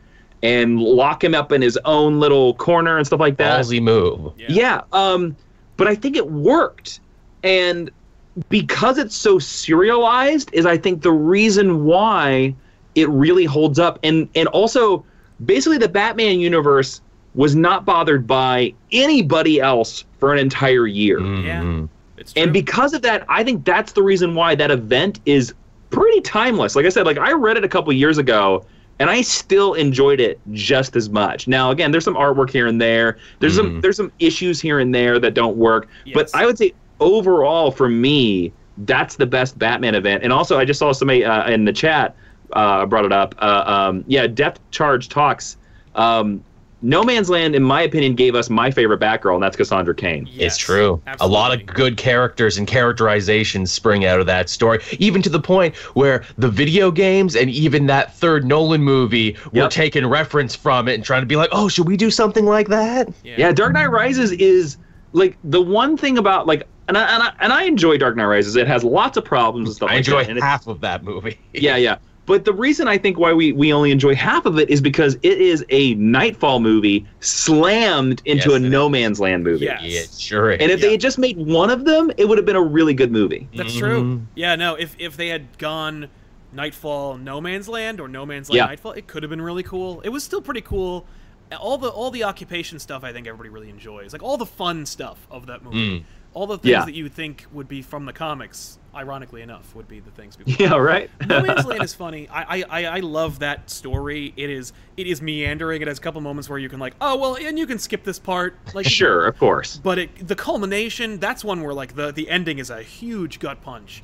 Speaker 4: and lock him up in his own little corner and stuff like that.
Speaker 5: Ballsy move.
Speaker 4: Yeah. Um, but I think it worked, and because it's so serialized, is I think the reason why it really holds up, and and also basically the Batman universe was not bothered by anybody else for an entire year,
Speaker 1: Yeah.
Speaker 5: Mhm.
Speaker 1: It's true.
Speaker 4: and because of that, I think that's the reason why that event is pretty timeless. Like I said, like I read it a couple years ago. And I still enjoyed it just as much. Now, again, there's some artwork here and there. There's some
Speaker 5: Mhm.
Speaker 4: there's some issues here and there that don't work. But
Speaker 1: Mm-hmm. Yes.
Speaker 4: I would say overall, for me, that's the best Batman event. And also, I just saw somebody uh, in the chat uh, brought it up. Uh, um, yeah, Depth Charge talks. Um, no Man's Land, in my opinion, gave us my favorite Batgirl, and that's Cassandra Cain.
Speaker 1: Yes,
Speaker 5: it's true. A lot of
Speaker 1: absolutely.
Speaker 5: good characters and characterizations spring out of that story, even to the point where the video games and even that third Nolan movie were
Speaker 4: Yep.
Speaker 5: taking reference from it and trying to be like, oh, should we do something like that?
Speaker 4: Yeah, Dark Knight Rises is like the one thing about like, and I, and I and I enjoy Dark Knight Rises. It has lots of problems and stuff.
Speaker 5: I
Speaker 4: like
Speaker 5: enjoy
Speaker 4: that, and it-
Speaker 5: half of that movie.
Speaker 4: yeah, yeah. But the reason I think why we, we only enjoy half of it is because it is a Nightfall movie slammed into
Speaker 5: Yes,
Speaker 4: a
Speaker 5: it
Speaker 4: No Man's Land movie.
Speaker 1: Yes.
Speaker 5: It sure is.
Speaker 4: And if they had just made one of them, it would have been a really good movie.
Speaker 1: That's
Speaker 5: Mhm.
Speaker 1: true. Yeah, no, if if they had gone Nightfall No Man's Land or No Man's Land
Speaker 4: Yeah.
Speaker 1: Nightfall, it could have been really cool. It was still pretty cool. All the all the occupation stuff I think everybody really enjoys. Like all the fun stuff of that
Speaker 5: Mm. Hmm.
Speaker 1: movie. All the things
Speaker 4: Yeah.
Speaker 1: that you think would be from the comics, ironically enough, would be the things people
Speaker 4: Yeah, right.
Speaker 1: no Man's Land is funny. I, I, I, I love that story. It is it is meandering. It has a couple moments where you can like, oh well, and you can skip this part. Like you can-
Speaker 4: sure, of course.
Speaker 1: but it, the culmination, that's one where like the the ending is a huge gut punch.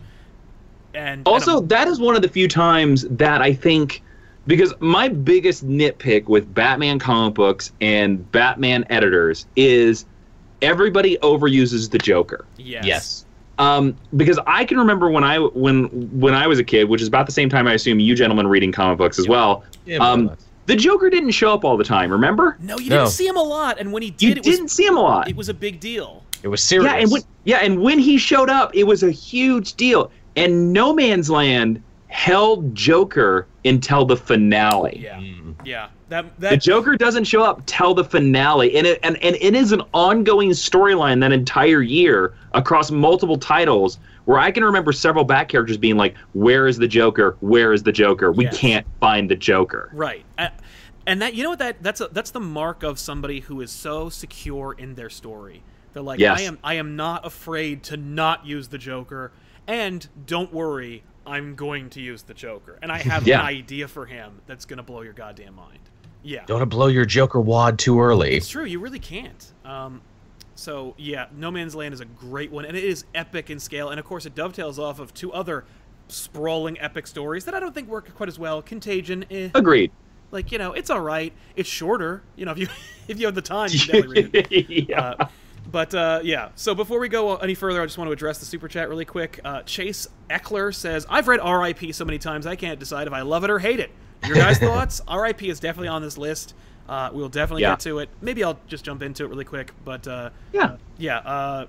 Speaker 1: And
Speaker 4: Also,
Speaker 1: and
Speaker 4: that is one of the few times that I think because my biggest nitpick with Batman comic books and Batman editors is everybody overuses the Joker.
Speaker 1: I'm- yes.
Speaker 5: Yes.
Speaker 4: Um, because I can remember when I when when I was a kid, which is about the same time I assume you gentlemen reading comic books as well.
Speaker 5: Yeah, more or
Speaker 4: um,
Speaker 5: less.
Speaker 4: the Joker didn't show up all the time. Remember,
Speaker 1: No, you
Speaker 5: No.
Speaker 1: didn't see him a lot, and when he did,
Speaker 4: you
Speaker 1: it
Speaker 4: didn't
Speaker 1: was
Speaker 4: see him a lot.
Speaker 1: it was a big deal.
Speaker 5: It was serious.
Speaker 4: Yeah, and when yeah, and when he showed up, it was a huge deal. And No Man's Land held Joker until the finale.
Speaker 1: Yeah,
Speaker 5: Mm.
Speaker 1: yeah. That
Speaker 4: The
Speaker 1: that
Speaker 4: Joker doesn't show up till the finale, and it and, and it is an ongoing storyline that entire year across multiple titles. Where I can remember several back characters being like, "Where is the Joker? Where is the Joker? We
Speaker 1: Yes.
Speaker 4: can't find the Joker."
Speaker 1: Right. Uh, and that you know what that that's a, that's the mark of somebody who is so secure in their story. They're like
Speaker 4: Yes.
Speaker 1: I am I am not afraid to not use the Joker and don't worry, I'm going to use the Joker and I have
Speaker 4: Yeah.
Speaker 1: an idea for him that's going to blow your goddamn mind. Yeah.
Speaker 5: Don't wanna blow your Joker wad too early.
Speaker 1: It's true, you really can't. Um so yeah, No Man's Land is a great one and it is epic in scale and of course it dovetails off of two other sprawling epic stories that I don't think work quite as well. Contagion eh.
Speaker 4: Agreed.
Speaker 1: Like you know, it's all right. It's shorter. You know, if you if you have the time, you can definitely read it.
Speaker 4: yeah.
Speaker 1: Uh, but uh, yeah, so before we go any further, I just want to address the super chat really quick. Uh, Chase Eckler says, "I've read R.I.P. so many times, I can't decide if I love it or hate it. Your guys' thoughts? R.I.P. is definitely on this list. Uh, we'll definitely
Speaker 4: Yeah.
Speaker 1: get to it. Maybe I'll just jump into it really quick. But uh,
Speaker 4: Yeah.
Speaker 1: yeah. Uh,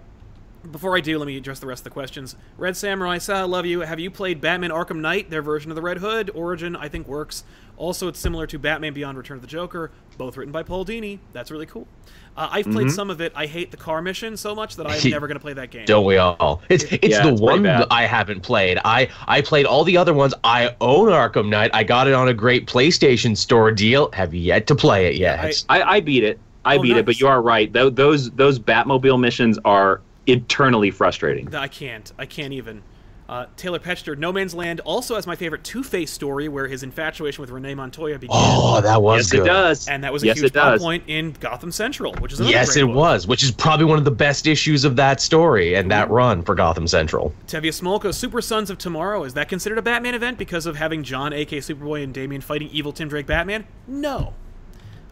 Speaker 1: before I do, let me address the rest of the questions. Red Samurai, Sa, I love you. Have you played Batman Arkham Knight? Their version of the Red Hood origin, I think, works. Also, it's similar to Batman Beyond Return of the Joker, both written by Paul Dini. That's really cool. Uh, I've
Speaker 5: Mm-hmm.
Speaker 1: played some of it. I hate the car mission so much that I'm never going to play that game.
Speaker 5: Don't we all? It's it's
Speaker 4: Yeah,
Speaker 5: the
Speaker 4: it's pretty
Speaker 5: one
Speaker 4: bad.
Speaker 5: that I haven't played. I I played all the other ones. I own Arkham Knight. I got it on a great PlayStation Store deal. Have yet to play it yet.
Speaker 1: I-
Speaker 4: I, I beat it. I
Speaker 1: Oh,
Speaker 4: beat it.
Speaker 1: nice.
Speaker 4: But you are right. Tho- those those Batmobile missions are eternally frustrating.
Speaker 1: Th- I can't. I can't even. Uh, Taylor Petchter, No Man's Land, also has my favorite Two Face story, where his infatuation with Renee Montoya began,
Speaker 5: oh, that
Speaker 4: yes,
Speaker 5: was good.
Speaker 4: it does.
Speaker 1: and that was a
Speaker 4: yes,
Speaker 1: huge
Speaker 4: it
Speaker 1: plot
Speaker 4: does.
Speaker 1: point in Gotham Central, which is another
Speaker 5: Yes,
Speaker 1: great
Speaker 5: it
Speaker 1: book.
Speaker 5: was, which is probably one of the best issues of that story and that run for Gotham Central.
Speaker 1: Tevye Smolka, Super Sons of Tomorrow, is that considered a Batman event because of having John, aka Superboy, and Damian fighting evil Tim Drake Batman? No.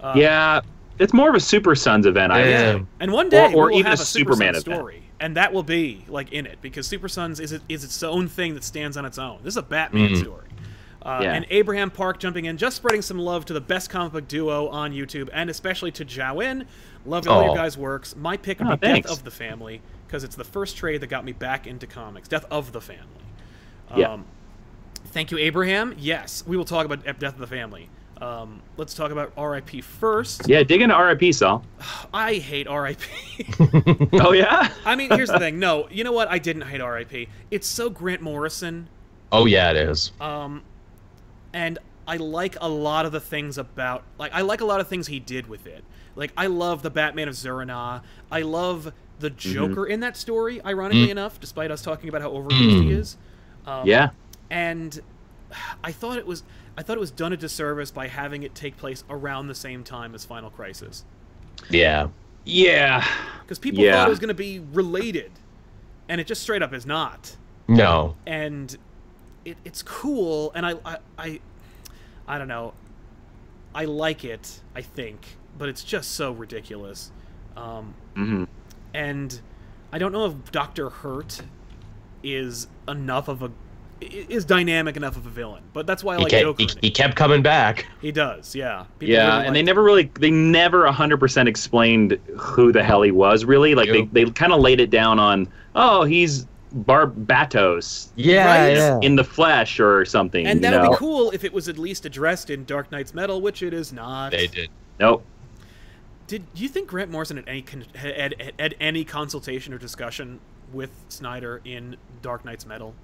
Speaker 1: Uh,
Speaker 4: yeah, it's more of a Super Sons event. I would
Speaker 5: Yeah.
Speaker 4: say.
Speaker 1: And one day
Speaker 4: or
Speaker 1: we'll
Speaker 4: even
Speaker 1: have
Speaker 4: a
Speaker 1: a Super
Speaker 4: Superman
Speaker 1: Sons
Speaker 4: event.
Speaker 1: story, and that will be like in it because Super Sons is it is its own thing that stands on its own. This is a Batman story. Uh,
Speaker 4: Mm-hmm. Yeah.
Speaker 1: And Abraham Park jumping in, just spreading some love to the best comic book duo on YouTube, and especially to Jowin. Loved all your
Speaker 5: Aw.
Speaker 1: guys' works. My pick would
Speaker 4: Oh,
Speaker 1: be
Speaker 4: thanks.
Speaker 1: Death of the Family because it's the first trade that got me back into comics. Death of the Family.
Speaker 4: Yeah.
Speaker 1: Um, Thank you, Abraham. Yes, we will talk about Death of the Family. Um, let's talk about RIP first.
Speaker 4: Yeah, dig into RIP, Saul.
Speaker 1: I hate RIP.
Speaker 4: oh yeah,
Speaker 1: I mean, here's the thing. No, you know what? I didn't hate R.I.P. It's so Grant Morrison,
Speaker 5: Oh yeah, it is.
Speaker 1: um, and I like a lot of the things about like I like a lot of things he did with it. Like I love the Batman of Zurina. I love the Joker in that story. Ironically enough, despite us talking about how overused he
Speaker 5: Mm.
Speaker 1: is. Um,
Speaker 4: yeah.
Speaker 1: and I thought it was I thought it was done a disservice by having it take place around the same time as Final Crisis.
Speaker 5: Yeah.
Speaker 4: Yeah.
Speaker 1: because people
Speaker 4: Yeah.
Speaker 1: thought it was going to be related, and it just straight up is not.
Speaker 5: No.
Speaker 1: And it, it's cool, and I, I, I, I don't know. I like it, I think, but it's just so ridiculous. Um,
Speaker 4: Mhm.
Speaker 1: And I don't know if Doctor Hurt is enough of a i- is dynamic enough of a villain, but that's why I
Speaker 5: He,
Speaker 1: like
Speaker 5: kept,
Speaker 1: Joker.
Speaker 5: he,
Speaker 1: in it.
Speaker 5: he kept coming back.
Speaker 1: He does, yeah. People
Speaker 4: Yeah,
Speaker 1: really
Speaker 4: and they
Speaker 1: liked
Speaker 4: never really, they never 100% explained who the hell he was, really. Like,
Speaker 5: Yep.
Speaker 4: they, they kind of laid it down on, oh, he's Barbatos
Speaker 5: Yeah.
Speaker 1: Right?
Speaker 5: yeah.
Speaker 4: in the flesh or something.
Speaker 1: And
Speaker 4: you
Speaker 1: that would
Speaker 4: know?
Speaker 1: be cool if it was at least addressed in Dark Knight's Metal, which it is not.
Speaker 5: they did.
Speaker 4: Nope.
Speaker 1: Did you think Grant Morrison had any con- had, had, had any consultation or discussion with Snyder in Dark Knight's Metal?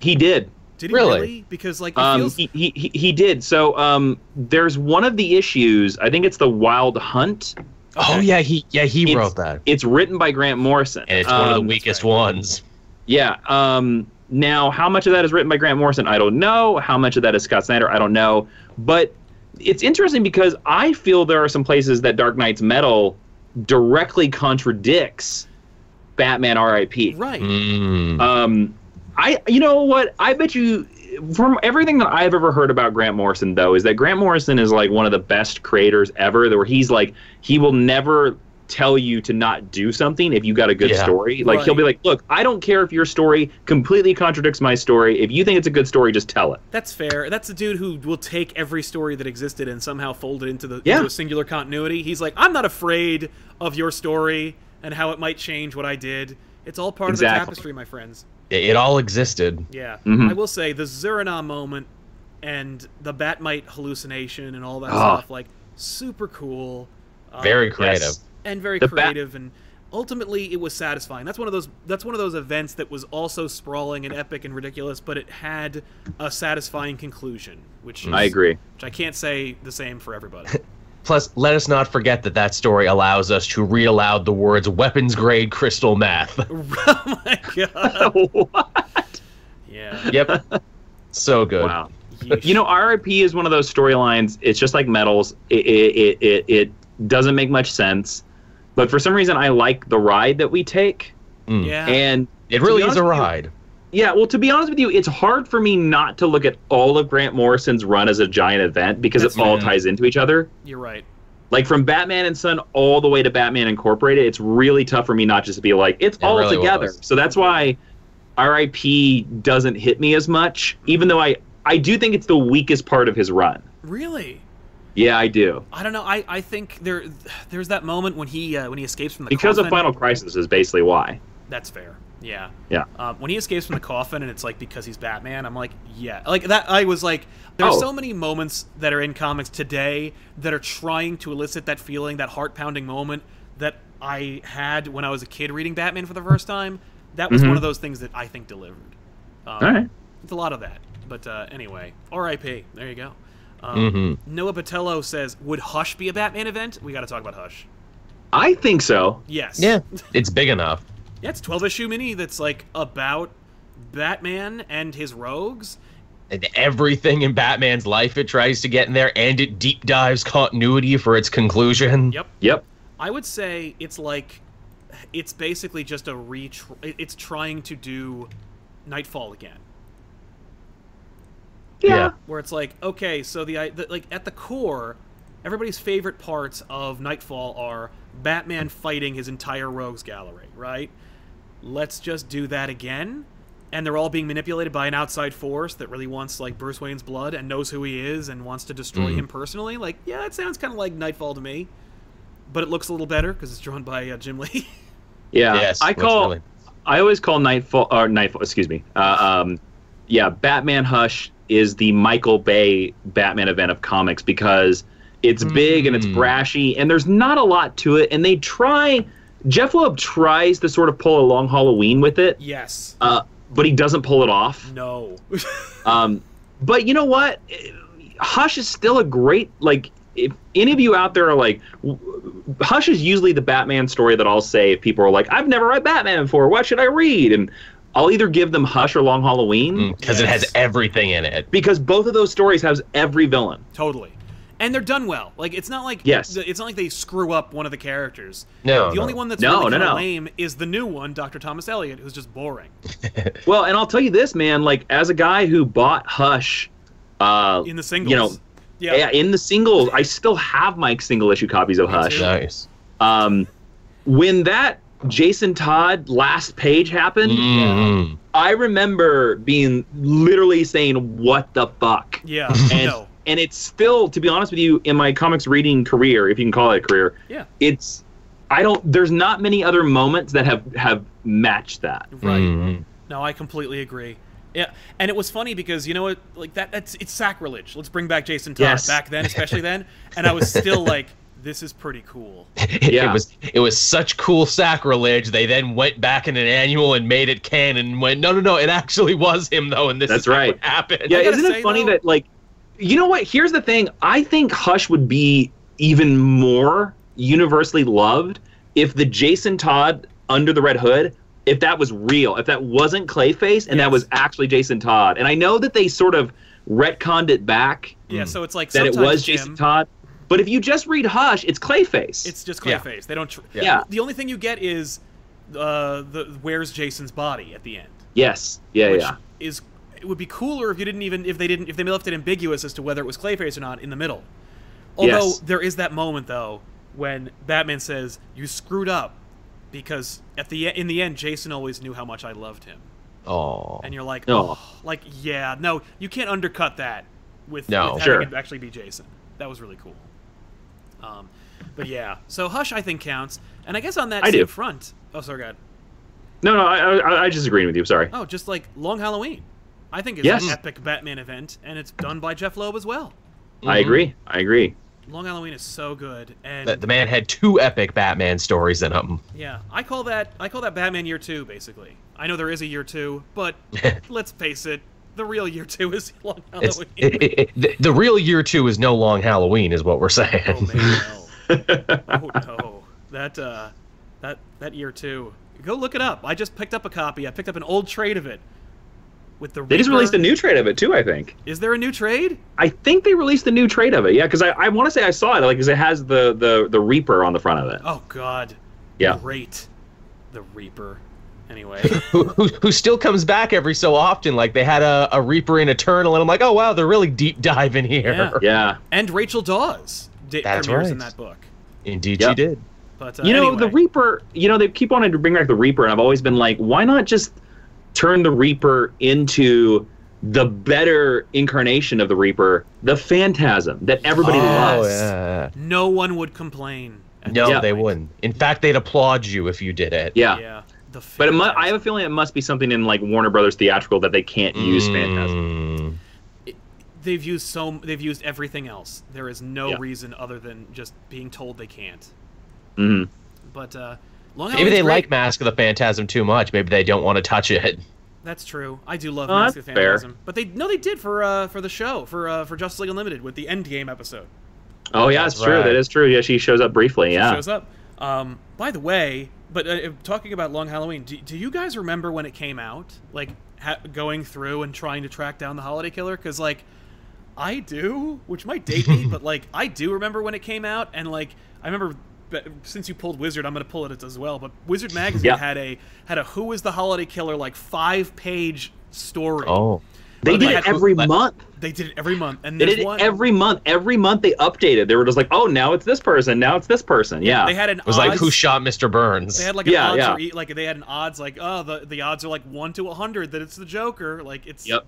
Speaker 4: He did.
Speaker 1: Did he really?
Speaker 5: Really?
Speaker 1: Because like it
Speaker 4: Um,
Speaker 1: feels
Speaker 4: he, he, he- he did. So um, there's one of the issues, I think it's the Wild Hunt.
Speaker 5: Oh yeah, he yeah he
Speaker 4: It's-
Speaker 5: wrote that,
Speaker 4: It's written by Grant Morrison.
Speaker 5: and it's one of the
Speaker 4: Um,
Speaker 5: weakest
Speaker 1: right.
Speaker 5: ones.
Speaker 4: Yeah. Um, now, how much of that is written by Grant Morrison? I don't know. How much of that is Scott Snyder? I don't know. But it's interesting because I feel there are some places that Dark Knight's Metal directly contradicts Batman R.I.P.
Speaker 1: right.
Speaker 5: Mm.
Speaker 4: Um, I, you know what? I bet you, from everything that I've ever heard about Grant Morrison, though, is that Grant Morrison is like one of the best creators ever. Where he's like, he will never tell you to not do something if you got a good
Speaker 5: Yeah.
Speaker 4: story. Like he'll
Speaker 1: Right.
Speaker 4: be like, look, I don't care if your story completely contradicts my story. If you think it's a good story, just tell it.
Speaker 1: That's fair. That's the dude who will take every story that existed and somehow fold it into the
Speaker 4: Yeah.
Speaker 1: into a singular continuity. He's like, I'm not afraid of your story and how it might change what I did. It's all part of the
Speaker 4: Exactly.
Speaker 1: tapestry, my friends.
Speaker 5: It, it all existed.
Speaker 1: Yeah,
Speaker 4: Mhm.
Speaker 1: I will say the Zurina moment and the Batmite hallucination and all that
Speaker 4: Ah.
Speaker 1: stuff, like super cool, um,
Speaker 5: Very creative.
Speaker 4: uh, Yes.
Speaker 1: and very
Speaker 4: The Bat-
Speaker 1: creative, and ultimately it was satisfying. That's one of those. That's one of those events that was also sprawling and epic and ridiculous, but it had a satisfying conclusion, which
Speaker 4: I
Speaker 1: is-
Speaker 4: agree.
Speaker 1: Which I can't say the same for everybody.
Speaker 5: Plus, let us not forget that that story allows us to read aloud the words "weapons grade crystal meth."
Speaker 1: oh my god! Yeah.
Speaker 5: yep. So good.
Speaker 4: wow.
Speaker 1: Yeesh.
Speaker 4: You know, RIP is one of those storylines. It's just like medals. It it, it it it doesn't make much sense, but for some reason, I like the ride that we take.
Speaker 5: Mm.
Speaker 1: Yeah.
Speaker 4: And
Speaker 5: It really
Speaker 4: To be
Speaker 5: is a
Speaker 4: honest with you-
Speaker 5: ride.
Speaker 4: yeah, well, to be honest with you, it's hard for me not to look at all of Grant Morrison's run as a giant event because
Speaker 1: That's
Speaker 4: it all
Speaker 5: fair.
Speaker 4: ties into each other.
Speaker 1: You're right.
Speaker 4: Like from Batman and Son all the way to Batman Incorporated, it's really tough for me not just to be like it's all
Speaker 5: really
Speaker 4: together.
Speaker 5: was.
Speaker 4: So that's why R.I.P. doesn't hit me as much, even though I I do think it's the weakest part of his run.
Speaker 1: Really.
Speaker 4: Yeah, I do.
Speaker 1: I don't know. I, I think there there's that moment when he uh, when he escapes from the
Speaker 4: Because
Speaker 1: coffin.
Speaker 4: of Final Crisis is basically why.
Speaker 1: That's fair. Yeah.
Speaker 4: Yeah.
Speaker 1: Um, when he escapes from the coffin and it's like because he's Batman, I'm like, yeah. Like that I was like there are
Speaker 4: Oh.
Speaker 1: so many moments that are in comics today that are trying to elicit that feeling, that heart-pounding moment that I had when I was a kid reading Batman for the first time. That was
Speaker 4: Mhm.
Speaker 1: one of those things that I think delivered. Um,
Speaker 4: All right.
Speaker 1: It's a lot of that. But uh, anyway, R.I.P. There you go.
Speaker 4: uh,
Speaker 1: Um,
Speaker 4: Mm-hmm.
Speaker 5: Mhm.
Speaker 1: Noah Patello says, "Would Hush be a Batman event? We got to talk about Hush."
Speaker 4: I think so.
Speaker 1: Yes.
Speaker 5: Yeah, it's big enough.
Speaker 1: Yeah, it's a 12 issue mini that's like about Batman and his rogues.
Speaker 5: And everything in Batman's life it tries to get in there, and it deep dives continuity for its conclusion.
Speaker 1: Yep.
Speaker 4: Yep.
Speaker 1: I would say it's like it's basically just a re it's trying to do Nightfall again.
Speaker 5: Yeah.
Speaker 1: where it's like okay so the, I- the like at the core everybody's favorite parts of Nightfall are Batman fighting his entire rogues gallery, right? Let's just do that again. And they're all being manipulated by an outside force that really wants like Bruce Wayne's blood and knows who he is and wants to destroy him personally. Like, yeah, that sounds kind of like Nightfall to me, but it looks a little better because it's drawn by uh, Jim Lee.
Speaker 4: Yeah,
Speaker 5: Yes,
Speaker 4: I
Speaker 5: looks
Speaker 4: call.
Speaker 5: really-
Speaker 4: I always call Nightfall or Nightfall. Excuse me. Uh, um, yeah, Batman Hush is the Michael Bay Batman event of comics because it's big and it's
Speaker 5: Mm.
Speaker 4: brashy and there's not a lot to it. And they try. Jeff Loeb tries to sort of pull a long Halloween with it,
Speaker 1: yes.
Speaker 4: uh, but he doesn't pull it off.
Speaker 1: No.
Speaker 4: Um, but you know what? Hush is still a great like. If any of you out there are like, Hush is usually the Batman story that I'll say if people are like, I've never read Batman before. What should I read? And I'll either give them Hush or Long Halloween
Speaker 5: because Mm, it has everything in it.
Speaker 4: because both of those stories has every villain.
Speaker 1: Totally. And they're done well. Like it's not like
Speaker 4: Yes.
Speaker 1: it's not like they screw up one of the characters.
Speaker 5: No,
Speaker 1: the
Speaker 5: no.
Speaker 1: only one that's
Speaker 4: Oh, No,
Speaker 1: really
Speaker 4: no,
Speaker 1: kinda
Speaker 4: no.
Speaker 1: lame is the new one, Dr. Thomas Elliot, who's just boring.
Speaker 4: Well, and I'll tell you this, man. Like as a guy who bought Hush, uh,
Speaker 1: In the singles.
Speaker 4: you know,
Speaker 1: yeah.
Speaker 4: yeah. in the singles, I still have my single issue copies of Hush.
Speaker 5: Nice.
Speaker 4: Um, when that Jason Todd last page happened,
Speaker 5: Mm.
Speaker 4: I remember being literally saying, "What the fuck?"
Speaker 1: Yeah.
Speaker 4: And
Speaker 1: no.
Speaker 4: and it's still, to be honest with you, in my comics reading career, if you can call it a career,
Speaker 1: Yeah.
Speaker 4: it's I don't. There's not many other moments that have have matched that.
Speaker 1: Right.
Speaker 4: Mm-hmm.
Speaker 5: Mm.
Speaker 1: No, I completely agree. Yeah, and it was funny because you know what, like that, that's it's sacrilege. Let's bring back Jason Todd
Speaker 4: Yes.
Speaker 1: back then, especially then, and I was still like, this is pretty cool.
Speaker 5: It
Speaker 4: Yeah.
Speaker 5: was it was such cool sacrilege. They then went back in an annual and made it canon. And went no no no. It actually was him though, and this
Speaker 4: That's
Speaker 5: is not
Speaker 4: right.
Speaker 5: What happened?
Speaker 4: Yeah,
Speaker 1: gotta
Speaker 4: isn't
Speaker 1: say,
Speaker 4: it funny
Speaker 1: though-
Speaker 4: that like, you know what? Here's the thing. I think Hush would be even more universally loved if the Jason Todd under the red hood, if that was real, if that wasn't Clayface and
Speaker 1: Yes.
Speaker 4: that was actually Jason Todd. And I know that they sort of retconned it back
Speaker 1: Yeah, so it's like
Speaker 4: that it
Speaker 1: sometimes,
Speaker 4: was
Speaker 1: Jim,
Speaker 4: Jason Todd, but if you just read Hush, it's Clayface.
Speaker 1: It's just
Speaker 5: Yeah.
Speaker 1: Clayface. They don't. Tr-
Speaker 5: Yeah.
Speaker 4: yeah.
Speaker 1: The only thing you get is uh, the where's Jason's body at the end,
Speaker 4: Yes. Yeah.
Speaker 1: which
Speaker 4: yeah.
Speaker 1: is it would be cooler if you didn't even if they didn't if they left it ambiguous as to whether it was Clayface or not in the middle. Although
Speaker 4: Yes.
Speaker 1: there is that moment though when Batman says you screwed up because at the e- in the end Jason always knew how much I loved him,
Speaker 5: Oh.
Speaker 1: and you're like,
Speaker 4: Oh.
Speaker 1: "Oh," like yeah, no, you can't undercut that with,
Speaker 5: No.
Speaker 1: with having
Speaker 4: Sure.
Speaker 1: it actually be Jason. That was really cool. Um, but yeah, so Hush I think counts, and I guess on that
Speaker 4: I
Speaker 1: same
Speaker 4: do.
Speaker 1: front. Oh, sorry, God.
Speaker 4: No, no, I, I, I just agreeing with you. Sorry.
Speaker 1: Oh, just like Long Halloween. I think it's an
Speaker 4: Yes.
Speaker 1: epic Batman event, and it's done by Jeff Loeb as well.
Speaker 4: I agree. I agree.
Speaker 1: Long Halloween is so good, and
Speaker 5: That the man had two epic Batman stories in him.
Speaker 1: yeah, I call that I call that Batman Year Two. Basically, I know there is a Year Two, but let's face it, the real Year Two is Long
Speaker 5: It's,
Speaker 1: Halloween.
Speaker 5: it, it, it- the, the real year two is no long Halloween, is what we're saying.
Speaker 1: oh man, no. oh no, that uh, that that Year Two. Go look it up. I just picked up a copy. I picked up an old trade of it. With the
Speaker 4: They just
Speaker 1: Reaper-
Speaker 4: released a new trade of it too. I think.
Speaker 1: Is there a new trade?
Speaker 4: I think they released the new trade of it. Yeah, because I, I want to say I saw it. Like, 'cause it has the, the the Reaper on the front of it.
Speaker 1: Oh God.
Speaker 4: Yeah.
Speaker 1: Great. The Reaper. Anyway.
Speaker 5: who, who, who still comes back every so often. Like they had a, a Reaper in Eternal, and I'm like, oh wow, they're really deep diving here.
Speaker 1: Yeah.
Speaker 4: Yeah.
Speaker 1: and Rachel Dawes did
Speaker 5: That's
Speaker 1: premieres in
Speaker 5: right.
Speaker 1: that book.
Speaker 5: Indeed,
Speaker 4: Yep.
Speaker 5: she did.
Speaker 1: But uh,
Speaker 4: you know the
Speaker 1: anyway.
Speaker 4: Reaper. You know they keep wanting to bring back the Reaper, and I've always been like, why not just turn the Reaper into the better incarnation of the Reaper, the Phantasm that everybody
Speaker 1: Oh,
Speaker 4: loves.
Speaker 5: yeah.
Speaker 1: no one would complain. at
Speaker 5: No,
Speaker 1: this
Speaker 5: they
Speaker 1: point.
Speaker 5: wouldn't. In fact, they'd applaud you if you did it.
Speaker 4: Yeah.
Speaker 1: Yeah. The
Speaker 4: But it mu- I have
Speaker 1: Phantasm.
Speaker 4: a feeling it must be something in like Warner Brothers theatrical that they can't use Phantasm.
Speaker 5: Mm.
Speaker 1: they've used so m- they've used everything else. There is no
Speaker 4: Yeah.
Speaker 1: reason other than just being told they can't.
Speaker 4: Mhm.
Speaker 1: But uh, Long
Speaker 5: Maybe
Speaker 1: Halloween's
Speaker 5: they
Speaker 1: great.
Speaker 5: like Mask of the Phantasm too much. Maybe they don't want to touch it.
Speaker 1: That's true. I do love
Speaker 4: Oh,
Speaker 1: Mask of the
Speaker 4: that's fair.
Speaker 1: Phantasm. But they no, they did for uh, for the show for uh, for Justice League Unlimited with the Endgame episode.
Speaker 4: Oh yeah, that's,
Speaker 5: That's
Speaker 4: true.
Speaker 5: right.
Speaker 4: That is true. Yeah, she shows up briefly.
Speaker 1: She
Speaker 4: Yeah.
Speaker 1: shows up. Um, by the way, but uh, talking about Long Halloween, do, do you guys remember when it came out? Like ha- going through and trying to track down the Holiday Killer? Because like I do, which might date me, but like I do remember when it came out, and like I remember. But since you pulled Wizard, I'm gonna pull it as well. But Wizard magazine
Speaker 4: Yeah.
Speaker 1: had a had a Who is the Holiday Killer like five page story
Speaker 5: Oh,
Speaker 4: They
Speaker 1: But
Speaker 4: did
Speaker 1: they
Speaker 4: it
Speaker 1: had-
Speaker 4: every
Speaker 5: but-
Speaker 4: month.
Speaker 1: They did it every month, and
Speaker 4: They
Speaker 1: there's
Speaker 4: did it
Speaker 1: one,
Speaker 4: every month. Every month they updated. They were just like, oh, now it's this person. Now it's this person. Yeah.
Speaker 1: They had an
Speaker 5: It was like
Speaker 1: odds-
Speaker 5: who shot Mr. Burns.
Speaker 1: Uh, They had like an
Speaker 4: Yeah,
Speaker 1: odds
Speaker 4: yeah.
Speaker 1: Or, e- like they had an odds like oh the the odds are like one to a hundred that it's the Joker like it's
Speaker 4: Yep.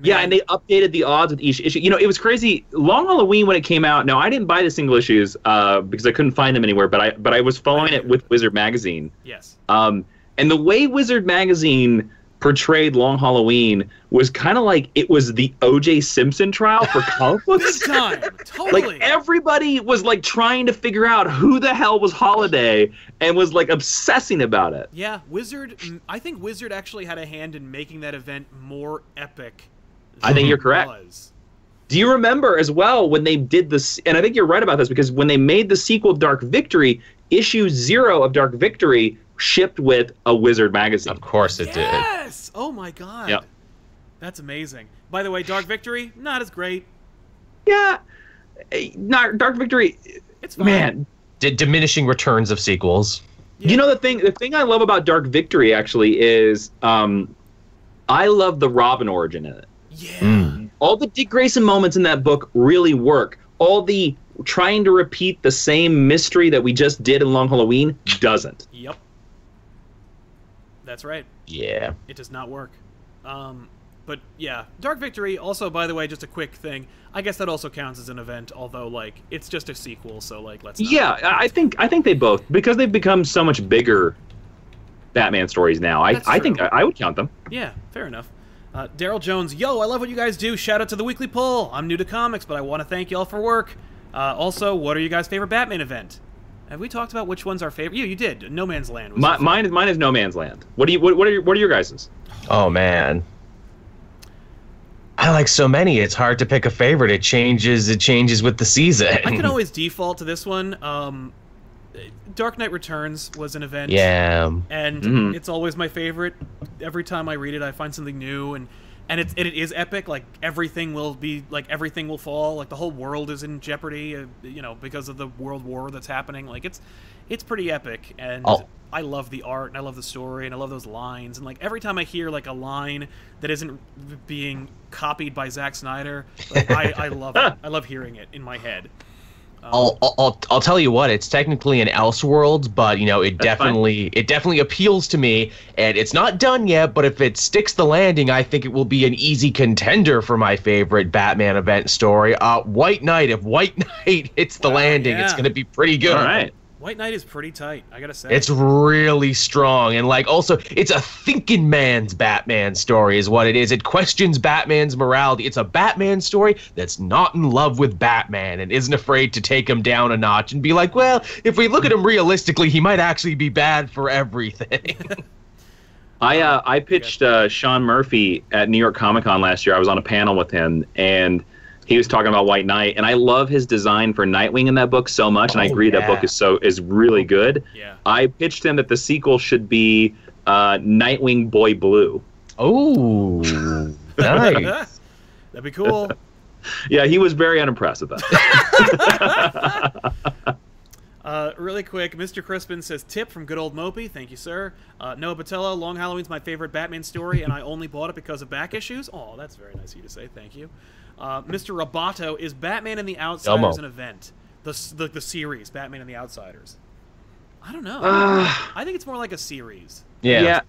Speaker 4: Yeah,
Speaker 1: Man.
Speaker 4: and they updated the odds with each issue. You know, it was crazy. Long Halloween when it came out. Now I didn't buy the single issues uh, because I couldn't find them anywhere. But I but I was following it with Wizard magazine.
Speaker 1: yes
Speaker 4: Um, and the way Wizard magazine portrayed Long Halloween was kind of like it was the O.J. Simpson trial for comic
Speaker 1: big
Speaker 4: books.
Speaker 1: time
Speaker 4: Like
Speaker 1: totally
Speaker 4: everybody was like trying to figure out who the hell was Holiday and was like obsessing about it.
Speaker 1: yeah Wizard mm, I think Wizard actually had a hand in making that event more epic.
Speaker 4: I
Speaker 1: than
Speaker 4: think
Speaker 1: it
Speaker 4: you're correct.
Speaker 1: was.
Speaker 4: Do you remember as well when they did this? And I think you're right about this because when they made the sequel Dark Victory, issue zero of Dark Victory shipped with a Wizard magazine.
Speaker 5: of course it did.
Speaker 1: Yes! Oh my god.
Speaker 4: Yep.
Speaker 1: That's amazing. By the way, Dark Victory, not as great.
Speaker 4: Yeah, eh, not Dark Victory.
Speaker 1: It's fine.
Speaker 4: Man,
Speaker 5: Did diminishing returns of sequels.
Speaker 1: Yeah.
Speaker 4: you know the thing. The thing I love about Dark Victory actually is, um, I love the Robin origin in it.
Speaker 1: Yeah.
Speaker 5: Mm.
Speaker 4: All the Dick Grayson moments in that book really work. All the trying to repeat the same mystery that we just did in Long Halloween doesn't.
Speaker 1: Yep. That's right.
Speaker 5: Yeah.
Speaker 1: It does not work. Um, but yeah, Dark Victory. Also, by the way, just a quick thing. I guess that also counts as an event, although like it's just a sequel, so like let's. Not.
Speaker 4: Yeah, I I think I think they both because they've become so much bigger Batman stories now. I,
Speaker 1: That's
Speaker 4: I think
Speaker 1: true.
Speaker 4: I, I would count them.
Speaker 1: Yeah, fair enough. Uh, Daryl Jones, yo, I love what you guys do. Shout out to the Weekly Poll. I'm new to comics, but I want to thank y'all for work. Uh, also, what are you guys' favorite Batman event? Have we talked about which one's our favorite? Yeah, you did. No Man's Land. Was
Speaker 4: My,
Speaker 1: our
Speaker 4: mine is mine is No Man's Land. What do you what, what are your, what are your guys's?
Speaker 5: Oh man. I like so many. It's hard to pick a favorite. It changes. It changes with the season.
Speaker 1: I can always default to this one. Um, Dark Knight Returns was an event.
Speaker 5: yeah.
Speaker 1: And
Speaker 5: Mm-hmm.
Speaker 4: Mhm.
Speaker 1: it's always my favorite. Every time I read it, I find something new, and and it's, and it is epic. Like everything will be like everything will fall. Like the whole world is in jeopardy. Uh, you know, because of the world war that's happening. Like it's it's pretty epic, and
Speaker 5: Oh.
Speaker 1: I love the art, and I love the story, and I love those lines. And like every time I hear like a line that isn't being copied by Zack Snyder, like, I, I love it. I love hearing it in my head. Um,
Speaker 5: I'll,
Speaker 4: Um,
Speaker 5: I'll- I'll I'll tell you what. It's technically an Elseworlds, but you know it
Speaker 4: That's fine.
Speaker 5: definitely it definitely appeals to me. And it's not done yet, but if it sticks the landing, I think it will be an easy contender for my favorite Batman event story. Uh, White Knight. If White Knight hits the landing, it's
Speaker 1: yeah.
Speaker 5: going to be pretty good.
Speaker 4: Ah, All right,
Speaker 1: White Knight is pretty tight. I gotta say.
Speaker 5: It's really strong and like also it's a thinking man's Batman story is what it is. It questions Batman's morality. It's a Batman story that's not in love with Batman and isn't afraid to take him down a notch and be like, well, if we look at him realistically, he might actually be bad for everything.
Speaker 4: I uh, I pitched uh, Sean Murphy at New York Comic Con last year. I was on a panel with him and. He was talking about White Knight, and I love his design for Nightwing in that book so much. And I
Speaker 5: Oh,
Speaker 4: agree that
Speaker 5: yeah.
Speaker 4: book is so is really good.
Speaker 1: yeah.
Speaker 4: I pitched him that the sequel should be uh, Nightwing Boy Blue.
Speaker 5: oh, nice.
Speaker 1: That'd be cool.
Speaker 4: Yeah, he was very unimpressed with that.
Speaker 1: Uh, really quick, Mr. Crispin says tip from good old Mopey. Thank you, sir. Uh, Noah Patella, Long Halloween's my favorite Batman story, and I only bought it because of back issues. Oh, that's very nice of you to say. Thank you. Uh, Mr. Roboto, is Batman and the Outsiders
Speaker 5: Elmo.
Speaker 1: an event? The, s- the the series, Batman and the Outsiders. I don't know.
Speaker 4: Ah.
Speaker 1: I think it's more like a series.
Speaker 5: Yeah.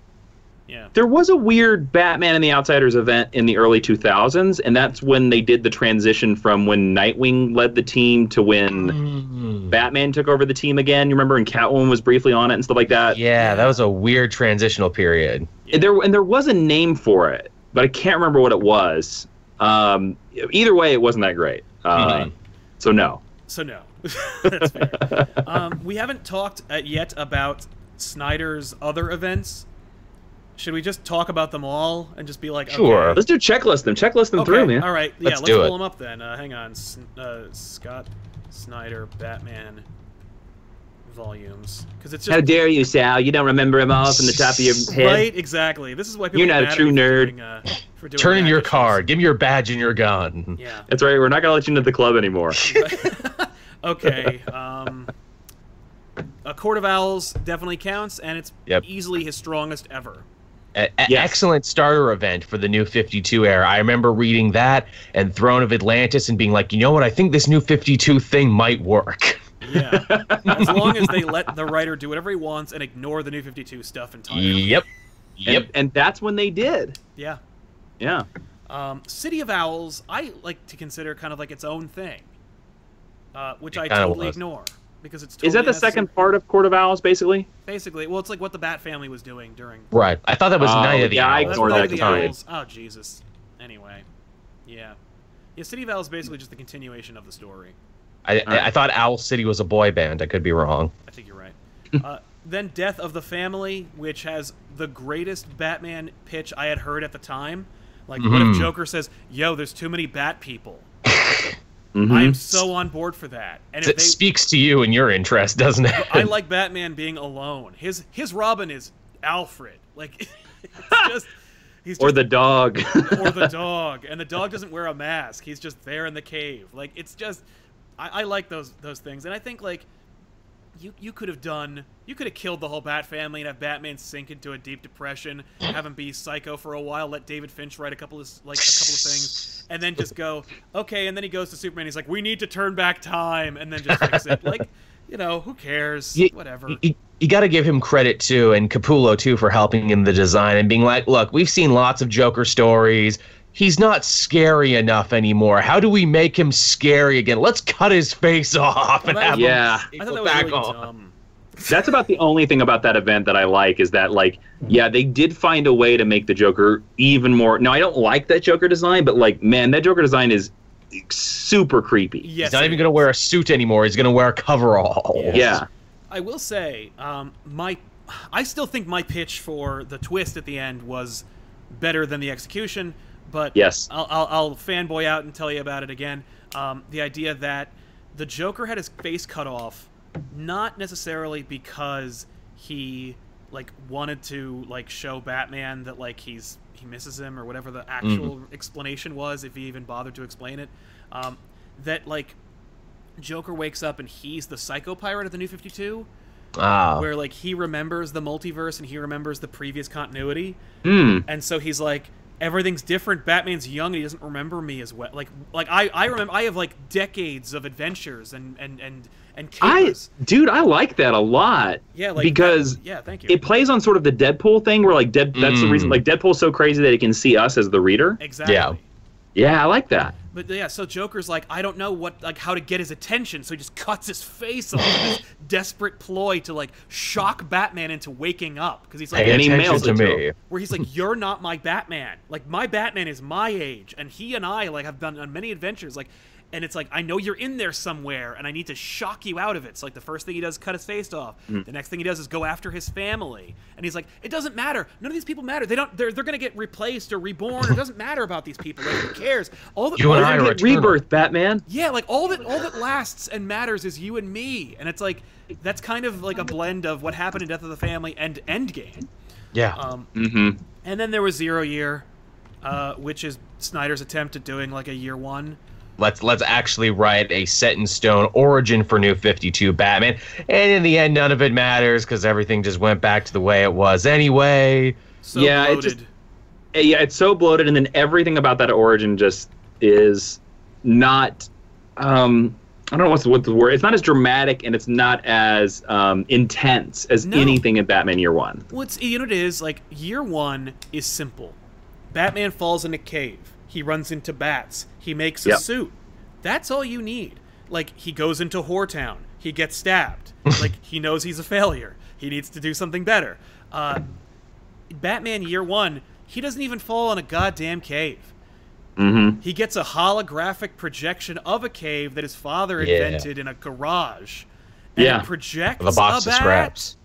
Speaker 1: Yeah.
Speaker 4: there was a weird Batman and the Outsiders event in the early 2000s, and that's when they did the transition from when Nightwing led the team to when
Speaker 5: Mm.
Speaker 4: Batman took over the team again. You remember, and Catwoman was briefly on it and stuff like that.
Speaker 5: Yeah, that was a weird transitional period.
Speaker 4: And there and there was a name for it, but I can't remember what it was. Um, either way, it wasn't that great. Uh,
Speaker 5: Mhm.
Speaker 4: So no.
Speaker 1: So no, that's fair. um, we haven't talked uh, yet about Snyder's other events. Should we just talk about them all and just be like,
Speaker 5: Sure.
Speaker 1: okay,
Speaker 4: Let's do checklist them. Checklist them
Speaker 1: okay,
Speaker 4: through, man.
Speaker 1: all right, yeah, let's,
Speaker 5: Let's do
Speaker 1: pull
Speaker 5: it.
Speaker 1: them up then. Uh, hang on, S- uh, Scott Snyder Batman volumes because it's
Speaker 4: How
Speaker 1: just
Speaker 4: dare you, Sal? You don't remember them all from the top of your head.
Speaker 1: right, exactly. This is why people
Speaker 4: You're
Speaker 1: get
Speaker 4: not a
Speaker 1: mad at me
Speaker 4: true
Speaker 1: for
Speaker 4: nerd.
Speaker 1: Doing, uh, for doing
Speaker 5: Turn in
Speaker 1: bad
Speaker 5: your
Speaker 1: issues.
Speaker 5: card. Give me your badge and your gun.
Speaker 1: Yeah.
Speaker 4: That's right. We're not gonna let you into the club anymore.
Speaker 1: okay. Um, a Court of Owls definitely counts, and it's
Speaker 5: Yep.
Speaker 1: easily his strongest ever.
Speaker 5: A- a-
Speaker 4: Yes.
Speaker 5: Excellent starter event for the new 52 era. I remember reading that and Throne of Atlantis and being like, you know what? I think this new 52 thing might work.
Speaker 1: Yeah. as long as they let the writer do whatever he wants and ignore the New 52 stuff entirely.
Speaker 5: Yep.
Speaker 4: And,
Speaker 5: Yep.
Speaker 4: and that's when they did.
Speaker 1: Yeah.
Speaker 4: Yeah.
Speaker 1: Um, City of Owls, I like to consider kind of like its own thing, uh, which I
Speaker 5: kinda
Speaker 1: totally
Speaker 5: was.
Speaker 1: ignore because it's totally
Speaker 4: Is that the
Speaker 1: unnecessary.
Speaker 4: second part of Court of Owls, basically?
Speaker 1: Basically, well, it's like what the Bat Family was doing during.
Speaker 5: Right. I thought that was
Speaker 4: Oh,
Speaker 5: Night of the
Speaker 4: yeah, I
Speaker 5: Owls.
Speaker 1: That's
Speaker 4: ignored
Speaker 1: Night
Speaker 4: that
Speaker 1: of the
Speaker 4: entirely.
Speaker 1: Owls. Oh Jesus. Anyway, yeah, yeah. City of Owls is basically just the continuation of the story.
Speaker 5: I,
Speaker 4: All right.
Speaker 5: I, I thought Owl City was a boy band. I could be wrong.
Speaker 1: I think you're right. uh, then Death of the Family, which has the greatest Batman pitch I had heard at the time. Like, what if
Speaker 5: Mhm.
Speaker 1: Joker says, "Yo, there's too many Bat people."
Speaker 5: Mm-hmm.
Speaker 4: Mhm.
Speaker 1: I am so on board for that. And if
Speaker 5: It
Speaker 1: they,
Speaker 5: speaks to you and your interest, doesn't it?
Speaker 1: I like Batman being alone. His his Robin is Alfred. Like, it's just he's just,
Speaker 4: or the dog.
Speaker 1: or the dog, and the dog doesn't wear a mask. He's just there in the cave. Like it's just, I, I like those those things, and I think like you you could have done, you could have killed the whole Bat family and have Batman sink into a deep depression, have him be psycho for a while, let David Finch write a couple of s- like a couple of things, and then just go okay, and then he goes to Superman. He's like, we need to turn back time, and then just fix it. Like, you know, who cares?
Speaker 5: Ye-
Speaker 1: Whatever.
Speaker 5: you, got to give him credit too, and Capullo too, for helping in the design and being like, "Look, we've seen lots of Joker stories. He's not scary enough anymore. How do we make him scary again? Let's cut his face off and
Speaker 1: Well, that-
Speaker 5: have
Speaker 4: Yeah.
Speaker 5: him
Speaker 1: I thought that
Speaker 5: go
Speaker 1: was
Speaker 5: back
Speaker 1: really
Speaker 5: on."
Speaker 1: dumb.
Speaker 4: That's about the only thing about that event that I like is that like
Speaker 1: Mm-hmm.
Speaker 4: yeah they did find a way to make the Joker even more. Now I don't like that Joker design, but like man that Joker design is super creepy.
Speaker 1: Yes,
Speaker 5: He's not
Speaker 1: it
Speaker 5: even going to
Speaker 1: is.
Speaker 5: wear a suit anymore. He's going to wear coveralls.
Speaker 1: Yeah.
Speaker 4: Yeah,
Speaker 1: I will say, um, my, I still think my pitch for the twist at the end was better than the execution, but
Speaker 4: Yes.
Speaker 1: I'll, I'll, I'll fanboy out and tell you about it again. Um, the idea that the Joker had his face cut off, not necessarily because he like wanted to like show Batman that like he's he misses him or whatever the actual explanation was, if he even bothered to explain it. Um, that like Joker wakes up and he's the psycho pirate of the New Fifty Two,
Speaker 5: Ah.
Speaker 1: where like he remembers the multiverse and he remembers the previous continuity,
Speaker 4: Hmm.
Speaker 1: and so he's like everything's different. Batman's young and he doesn't remember me as well. Like like I I remember I have like decades of adventures and and and and
Speaker 4: I
Speaker 1: capers.
Speaker 4: dude I like that a lot.
Speaker 1: yeah, like
Speaker 4: because
Speaker 1: yeah, thank you.
Speaker 4: it plays on sort of the Deadpool thing where like Dead that's the
Speaker 5: Mm.
Speaker 4: reason like Deadpool's so crazy that it can see us as the reader.
Speaker 1: exactly.
Speaker 5: Yeah.
Speaker 4: Yeah, I like that.
Speaker 1: But yeah, so Joker's like, I don't know what, like, how to get his attention, so he just cuts his face off in this desperate ploy to like shock Batman into waking up because he's like,
Speaker 5: Pay
Speaker 4: And he
Speaker 5: attention
Speaker 4: mails
Speaker 5: to
Speaker 4: it to
Speaker 5: me.
Speaker 4: him.
Speaker 1: where he's like, "You're not my Batman. Like my Batman is my age, and he and I like have done on many adventures. Like, and it's like I know you're in there somewhere, and I need to shock you out of it. So like the first thing he does, is cut his face off.
Speaker 5: Mm.
Speaker 1: The next thing he does is go after his family, and he's like, "It doesn't matter. None of these people matter. They don't. They're they're gonna get replaced or reborn. it doesn't matter about these people. Like, who cares? All that
Speaker 5: You and
Speaker 4: We're
Speaker 5: I
Speaker 4: gonna
Speaker 5: are
Speaker 4: get
Speaker 5: eternal.
Speaker 4: rebirth, Batman.
Speaker 1: yeah, like all that all that lasts and matters is you and me, and it's like that's kind of like a blend of what happened in Death of the Family and Endgame.
Speaker 5: Yeah.
Speaker 1: Um,
Speaker 4: Mm-hmm.
Speaker 1: and then there was Zero Year, uh, which is Snyder's attempt at doing like a year one.
Speaker 5: let's let's actually write a set in stone origin for new 52 batman and in the end none of it matters because everything just went back to the way it was anyway
Speaker 1: So
Speaker 4: Yeah, it
Speaker 1: bloated.
Speaker 4: just- Eh, Yeah, it's so bloated, and then everything about that origin just is not. Um, I don't know what's what's the word. It's not as dramatic, and it's not as um, intense as
Speaker 1: No.
Speaker 4: anything in Batman Year One.
Speaker 1: What's you know what it is like year one is simple. Batman falls in a cave. He runs into bats. He makes a
Speaker 4: Yep.
Speaker 1: suit. That's all you need. Like he goes into Whoretown. He gets stabbed. like he knows he's a failure. He needs to do something better. Uh, Batman Year One. He doesn't even fall in a goddamn cave.
Speaker 4: Mm-hmm.
Speaker 1: He gets a holographic projection of a cave that his father
Speaker 5: Yeah.
Speaker 1: invented in a garage. And
Speaker 4: Yeah.
Speaker 1: it projects
Speaker 5: the box
Speaker 1: a
Speaker 5: of
Speaker 1: bat.
Speaker 5: scraps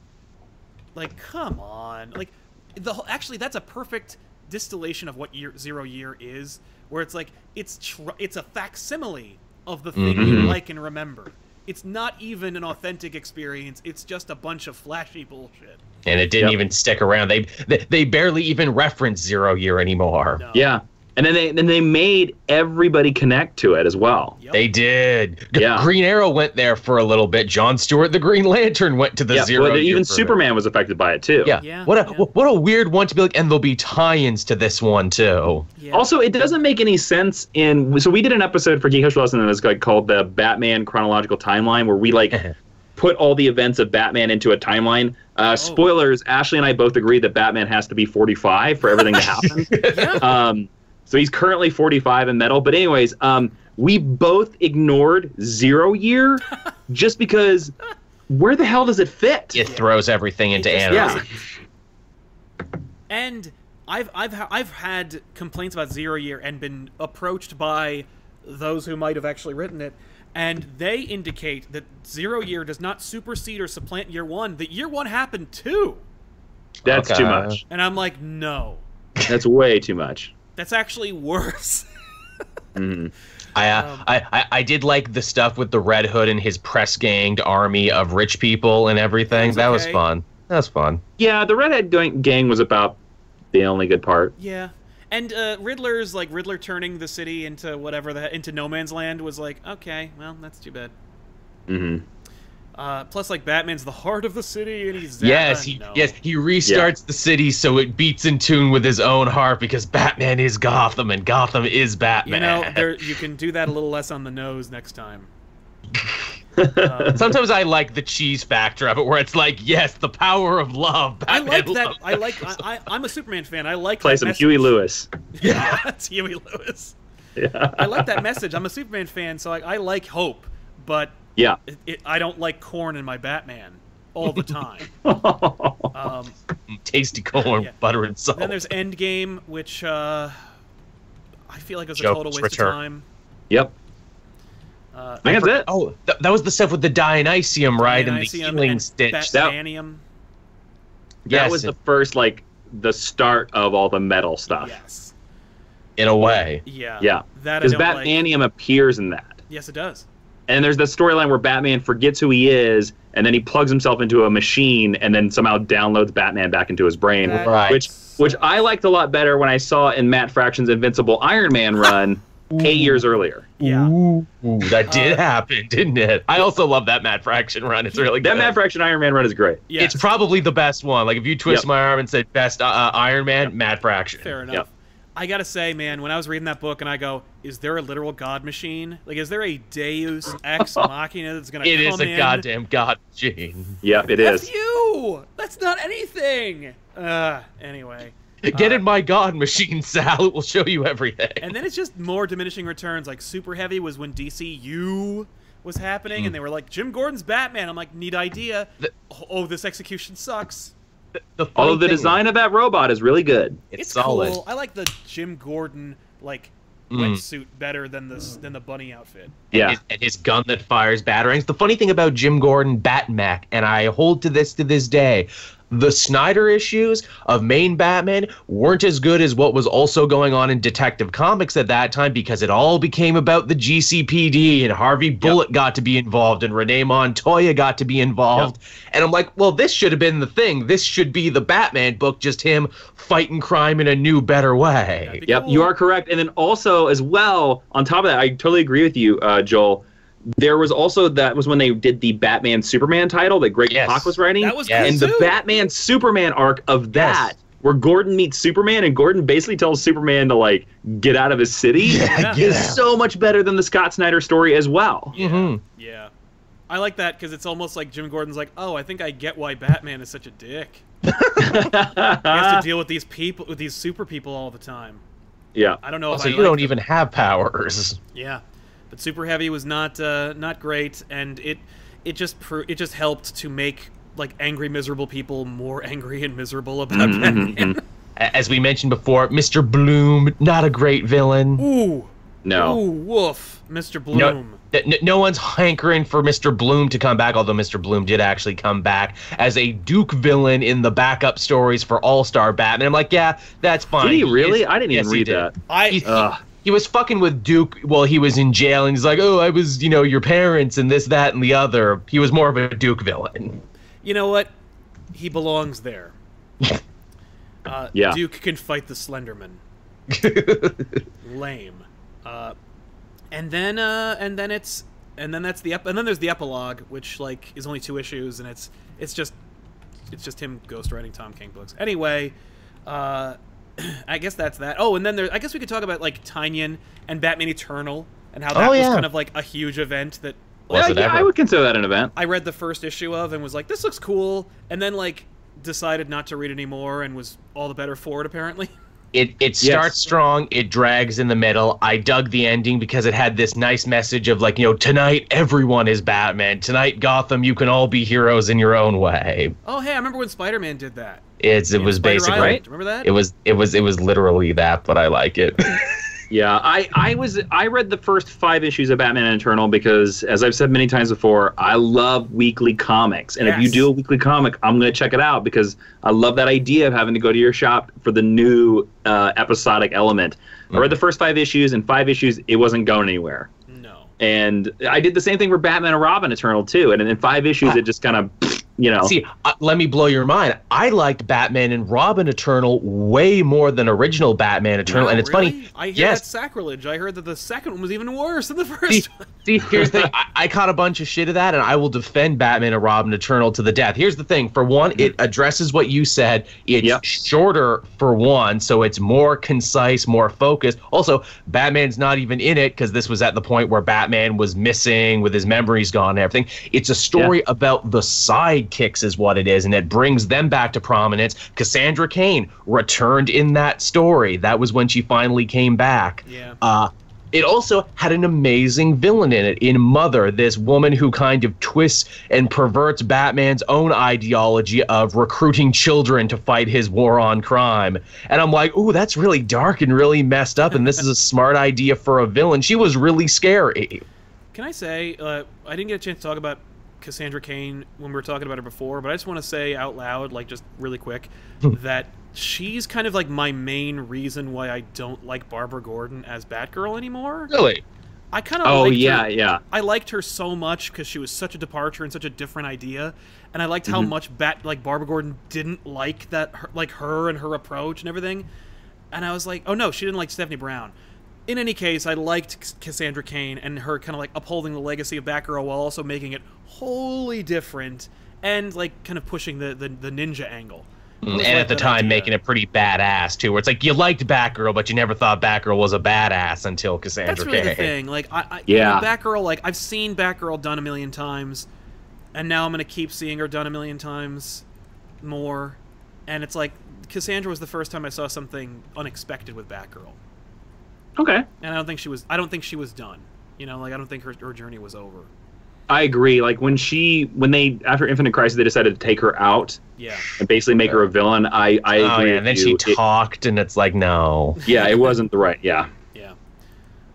Speaker 1: Like, come on. Like the whole, actually that's a perfect distillation of what year zero year is, where it's like it's tr- it's a facsimile of the thing you
Speaker 5: Mhm.
Speaker 1: like and remember. It's not even an authentic experience. It's just a bunch of flashy bullshit.
Speaker 5: and it didn't
Speaker 4: Yep.
Speaker 5: even stick around they, they they barely even reference zero year anymore
Speaker 1: No.
Speaker 4: Yeah, And then they then they made everybody connect to it as well.
Speaker 1: Yep.
Speaker 5: They did. G-
Speaker 4: Yeah.
Speaker 5: Green Arrow went there for a little bit. John Stewart, the Green Lantern, went to the
Speaker 4: yeah,
Speaker 5: zero.
Speaker 4: well,
Speaker 5: year
Speaker 4: even
Speaker 5: for a bit.
Speaker 4: Superman was affected by it too.
Speaker 5: Yeah.
Speaker 1: Yeah,
Speaker 5: What a
Speaker 1: yeah.
Speaker 5: what a weird one to be like, and there'll be tie-ins to this one too.
Speaker 1: Yeah.
Speaker 4: Also, it doesn't make any sense in. So we did an episode for Geekish Lesson that was like called the Batman chronological timeline, where we like
Speaker 1: Uh-huh.
Speaker 4: put all the events of Batman into a timeline. Uh,
Speaker 1: Oh.
Speaker 4: Spoilers: Ashley and I both agree that Batman has to be 45 for everything to happen.
Speaker 1: Yeah.
Speaker 4: um, so he's currently 45 in metal. But anyways, um, we both ignored zero year just because. Where the hell does it fit?
Speaker 5: It throws everything into
Speaker 1: just-
Speaker 5: anarchy.
Speaker 4: yeah.
Speaker 1: And I've I've ha- I've had complaints about Zero Year and been approached by those who might have actually written it, and they indicate that Zero Year does not supersede or supplant Year One. That Year One happened too,
Speaker 4: That's
Speaker 5: Okay.
Speaker 4: too much.
Speaker 1: and I'm like, no,
Speaker 4: That's way too much.
Speaker 1: that's actually worse.
Speaker 4: Mhm.
Speaker 5: I, uh, I, I I did like the stuff with the Red Hood and his press ganged army of rich people and everything.
Speaker 1: was
Speaker 5: That was
Speaker 1: okay.
Speaker 5: fun. That was fun.
Speaker 4: Yeah, the redhead gang gang was about the only good part.
Speaker 1: yeah. And uh, Riddler's like Riddler turning the city into whatever the into no man's land was like okay well that's too bad.
Speaker 4: hmm
Speaker 5: Mm-hmm.
Speaker 1: Uh, plus like Batman's the heart of the city and he's
Speaker 5: yes,
Speaker 1: Zappa.
Speaker 5: he
Speaker 1: No.
Speaker 5: yes he restarts the city so it beats in tune with his own heart because Batman is Gotham and Gotham is
Speaker 1: You
Speaker 5: Batman.
Speaker 1: know, there you can do that a little less on the nose next time. Uh,
Speaker 5: Sometimes I like the cheese factor of it, where it's like, yes, the power of love.
Speaker 1: I like
Speaker 5: Batman
Speaker 1: that.
Speaker 5: loved
Speaker 1: I like. I, I, I'm a Superman fan. I like.
Speaker 4: Play
Speaker 1: that
Speaker 4: some
Speaker 1: message.
Speaker 4: Huey Lewis.
Speaker 1: Yeah, it's Huey Lewis.
Speaker 4: Yeah.
Speaker 1: I like that message. I'm a Superman fan, so I, I like hope, but
Speaker 4: Yeah.
Speaker 1: it, it, I don't like corn in my Batman all the time. Um,
Speaker 5: tasty corn,
Speaker 1: Yeah.
Speaker 5: butter, and salt.
Speaker 1: then there's Endgame, which uh, I feel like it was a
Speaker 5: Joker's
Speaker 1: total waste
Speaker 5: return.
Speaker 1: of time.
Speaker 4: yep.
Speaker 1: Uh,
Speaker 4: I think that's it.
Speaker 5: Oh, th- that was the stuff with the Dionysium, right?
Speaker 1: Dionysium
Speaker 5: and the healing
Speaker 1: and
Speaker 5: stitch.
Speaker 4: That-
Speaker 1: Batmanium.
Speaker 5: yes,
Speaker 4: That was the first, like, the start of all the metal stuff.
Speaker 1: Yes.
Speaker 5: in a way.
Speaker 1: Yeah.
Speaker 4: Yeah.
Speaker 1: That I
Speaker 4: Because
Speaker 1: don't like.
Speaker 4: Batmanium appears in that.
Speaker 1: Yes, it does.
Speaker 4: And there's the storyline where Batman forgets who he is, and then he plugs himself into a machine, and then somehow downloads Batman back into his brain,
Speaker 1: That
Speaker 5: Right.
Speaker 4: which which I liked a lot better when I saw it in Matt Fraction's Invincible Iron Man run eight years earlier.
Speaker 1: Yeah.
Speaker 5: Ooh, ooh, that did
Speaker 1: Uh,
Speaker 5: happen, didn't it? I also love that Mad Fraction run. It's really good.
Speaker 4: That Matt Fraction Iron Man run is great.
Speaker 1: Yeah.
Speaker 5: It's probably the best one. Like if you twist
Speaker 4: Yep.
Speaker 5: my arm and said best uh, uh, Iron Man, Mad Fraction.
Speaker 1: Fair enough.
Speaker 4: Yep.
Speaker 1: I gotta say, man, when I was reading that book and I go, is there a literal god machine? Like, is there a Deus Ex Machina that's gonna
Speaker 5: It
Speaker 1: come
Speaker 5: is a
Speaker 1: in?
Speaker 5: goddamn god machine.
Speaker 4: Yep, it
Speaker 1: That's
Speaker 4: is.
Speaker 1: you. That's not anything. Uh, anyway,
Speaker 4: Uh,
Speaker 5: Get in my god machine, Sal. It will show you everything.
Speaker 1: and then it's just more diminishing returns. Like super heavy was when DCU was happening, and they were like, Jim Gordon's Batman. I'm like, neat idea.
Speaker 5: Hmm. The-
Speaker 1: oh, this execution sucks.
Speaker 5: the funny
Speaker 4: Although the
Speaker 5: thing is,
Speaker 4: design of that robot is really good.
Speaker 5: it's, solid.
Speaker 1: cool. I like the Jim Gordon like
Speaker 5: Mm.
Speaker 1: wetsuit better than this than the bunny outfit.
Speaker 4: Yeah.
Speaker 5: his- and his gun that fires batarangs. The funny thing about Jim Gordon, Batmac, and I hold to this to this day, the Snyder issues of main Batman weren't as good as what was also going on in Detective Comics at that time because it all became about the GCPD and Harvey Bullitt got to be involved and Renee Montoya got to be involved. And I'm like, well, this should have been the thing. This should be the Batman book, just him fighting crime in a new, better way.
Speaker 1: That'd be
Speaker 4: Yep,
Speaker 1: cool.
Speaker 4: you are correct. And then also, as well, on top of that, I totally agree with you, uh, Joel. There was also that was when they did the Batman Superman title that Greg
Speaker 5: Yes.
Speaker 4: Pak was writing,
Speaker 1: That was
Speaker 5: Yes.
Speaker 4: and
Speaker 1: cool
Speaker 4: the
Speaker 1: too.
Speaker 4: Batman Superman arc of that,
Speaker 5: Yes.
Speaker 4: where Gordon meets Superman, and Gordon basically tells Superman to like get out of his city,
Speaker 1: Yeah.
Speaker 5: get
Speaker 4: is
Speaker 5: out.
Speaker 4: so much better than the Scott Snyder story as well.
Speaker 1: Yeah.
Speaker 5: Mhm.
Speaker 1: Yeah. I like that because it's almost like Jim Gordon's like, oh, I think I get why Batman is such a dick. He
Speaker 5: Ah.
Speaker 1: has to deal with these people, with these super people all the time.
Speaker 4: yeah,
Speaker 1: I don't know
Speaker 5: Also,
Speaker 1: if Oh, I
Speaker 5: you don't
Speaker 1: like
Speaker 5: even have powers.
Speaker 1: the- Yeah, but Super Heavy was not uh, not great, and it it just pro- it just helped to make like angry, miserable people more angry and miserable about
Speaker 5: Mm-hmm,
Speaker 4: Mhm, mhm,
Speaker 1: Batman.
Speaker 5: A- as we mentioned before, Mr. Bloom, not a great villain.
Speaker 1: Ooh,
Speaker 4: no,
Speaker 1: ooh, woof, Mr. Bloom.
Speaker 5: No, th- n- no one's hankering for Mr. Bloom to come back, although Mr. Bloom did actually come back as a Duke villain in the backup stories for All Star Batman. I'm like, yeah, that's fine.
Speaker 4: did he
Speaker 5: is-
Speaker 4: really? I didn't even
Speaker 5: yes, he
Speaker 4: read
Speaker 5: did.
Speaker 4: that.
Speaker 1: I
Speaker 5: He-
Speaker 4: Ugh.
Speaker 5: He was fucking with Duke while he was in jail, and he's like, oh, I was, you know, your parents and this, that, and the other. He was more of a Duke villain.
Speaker 1: you know what? He belongs there. Uh,
Speaker 4: Yeah.
Speaker 1: Duke can fight the Slenderman. lame. Uh, and then uh, and then it's and then that's the ep- and then there's the epilogue, which like is only two issues, and it's it's just it's just him ghostwriting Tom King books. Anyway, uh, I guess that's that. Oh, and then there I guess we could talk about like Tynion and Batman Eternal and how that
Speaker 5: Oh,
Speaker 1: was
Speaker 5: yeah.
Speaker 1: kind of like a huge event that
Speaker 5: Was it
Speaker 4: yeah,
Speaker 5: ever?
Speaker 4: I would consider that an event.
Speaker 1: I read the first issue of and was like, this looks cool, and then like decided not to read anymore and was all the better for it apparently.
Speaker 5: It it starts strong, it drags in the middle. I dug the ending because it had this nice message of like, you know, tonight everyone is Batman. Tonight Gotham, you can all be heroes in your own way.
Speaker 1: Oh hey, I remember when Spider Man did that.
Speaker 5: It's it
Speaker 1: In
Speaker 5: was
Speaker 1: Spider
Speaker 5: basic,
Speaker 1: Island.
Speaker 5: right?
Speaker 1: Remember that?
Speaker 5: It was it was it was literally that, but I like it.
Speaker 4: Yeah, I, I was I read the first five issues of Batman and Eternal because, as I've said many times before, I love weekly comics, and if you
Speaker 1: Yes.
Speaker 4: do a weekly comic, I'm going to check it out because I love that idea of having to go to your shop for the new uh, episodic element. I read the first five issues, and five issues it wasn't going anywhere,
Speaker 1: No.
Speaker 4: and I did the same thing for Batman and Robin Eternal too, and in five issues it just kind of, you know,
Speaker 5: See, uh, let me blow your mind. I liked Batman and Robin Eternal way more than original Batman Eternal,
Speaker 1: Wow,
Speaker 5: and it's
Speaker 1: Oh, really?
Speaker 5: funny.
Speaker 1: I hear
Speaker 5: yes,
Speaker 1: that's sacrilege. I heard that the second one was even worse than the
Speaker 5: See,
Speaker 1: first one.
Speaker 5: see, here's the thing. I, I caught a bunch of shit of that, and I will defend Batman and Robin Eternal to the death. Here's the thing. For one, it addresses what you said. It's
Speaker 4: Yep.
Speaker 5: shorter, for one, so it's more concise, more focused. Also, Batman's not even in it because this was at the point where Batman was missing with his memories gone and everything. It's a story about the sidekicks, is what it is, and it brings them back to prominence. Cassandra Kane returned in that story. That was when she finally came back.
Speaker 1: Yeah.
Speaker 5: Uh, it also had an amazing villain in it, in Mother, this woman who kind of twists and perverts Batman's own ideology of recruiting children to fight his war on crime. And I'm like, ooh, that's really dark and really messed up, and this is a smart idea for a villain. She was really scary.
Speaker 1: Can I say, uh, I didn't get a chance to talk about Cassandra Kane when we were talking about her before, but I just want to say out loud, like just really quick,
Speaker 5: Hmm.
Speaker 1: that she's kind of like my main reason why I don't like Barbara Gordon as Batgirl anymore.
Speaker 5: Really?
Speaker 1: I kind of
Speaker 4: oh
Speaker 1: liked
Speaker 4: yeah,
Speaker 1: her.
Speaker 4: yeah.
Speaker 1: I liked her so much because she was such a departure and such a different idea, and I liked how
Speaker 5: Mm-hmm.
Speaker 1: much Bat like Barbara Gordon didn't like that her, like her and her approach and everything, and I was like, oh no, she didn't like Stephanie Brown. In any case, I liked Cass- Cassandra Kane and her kind of like upholding the legacy of Batgirl while also making it wholly different and like kind of pushing the the, the ninja angle. I
Speaker 5: Mm, And
Speaker 1: always
Speaker 5: at
Speaker 1: liked
Speaker 5: the
Speaker 1: that
Speaker 5: time,
Speaker 1: idea.
Speaker 5: making it pretty badass, too, where it's like you liked Batgirl, but you never thought Batgirl was a badass until Cassandra
Speaker 1: That's really the
Speaker 5: Cain.
Speaker 1: thing. Like I, I
Speaker 4: Yeah.
Speaker 1: you know, Batgirl. Like I've seen Batgirl done a million times, and now I'm gonna keep seeing her done a million times more. And it's like Cassandra was the first time I saw something unexpected with Batgirl,
Speaker 4: Okay.
Speaker 1: and I don't think she was. I don't think she was done. You know, like I don't think her, her journey was over.
Speaker 4: I agree. Like when she, when they after Infinite Crisis, they decided to take her out
Speaker 1: Yeah.
Speaker 4: and basically make her a villain. I, I agree.
Speaker 5: Oh, yeah,
Speaker 4: with
Speaker 5: and then
Speaker 4: you.
Speaker 5: she
Speaker 4: It-
Speaker 5: talked, and it's like, no.
Speaker 4: yeah, it wasn't the right. Yeah.
Speaker 1: Yeah.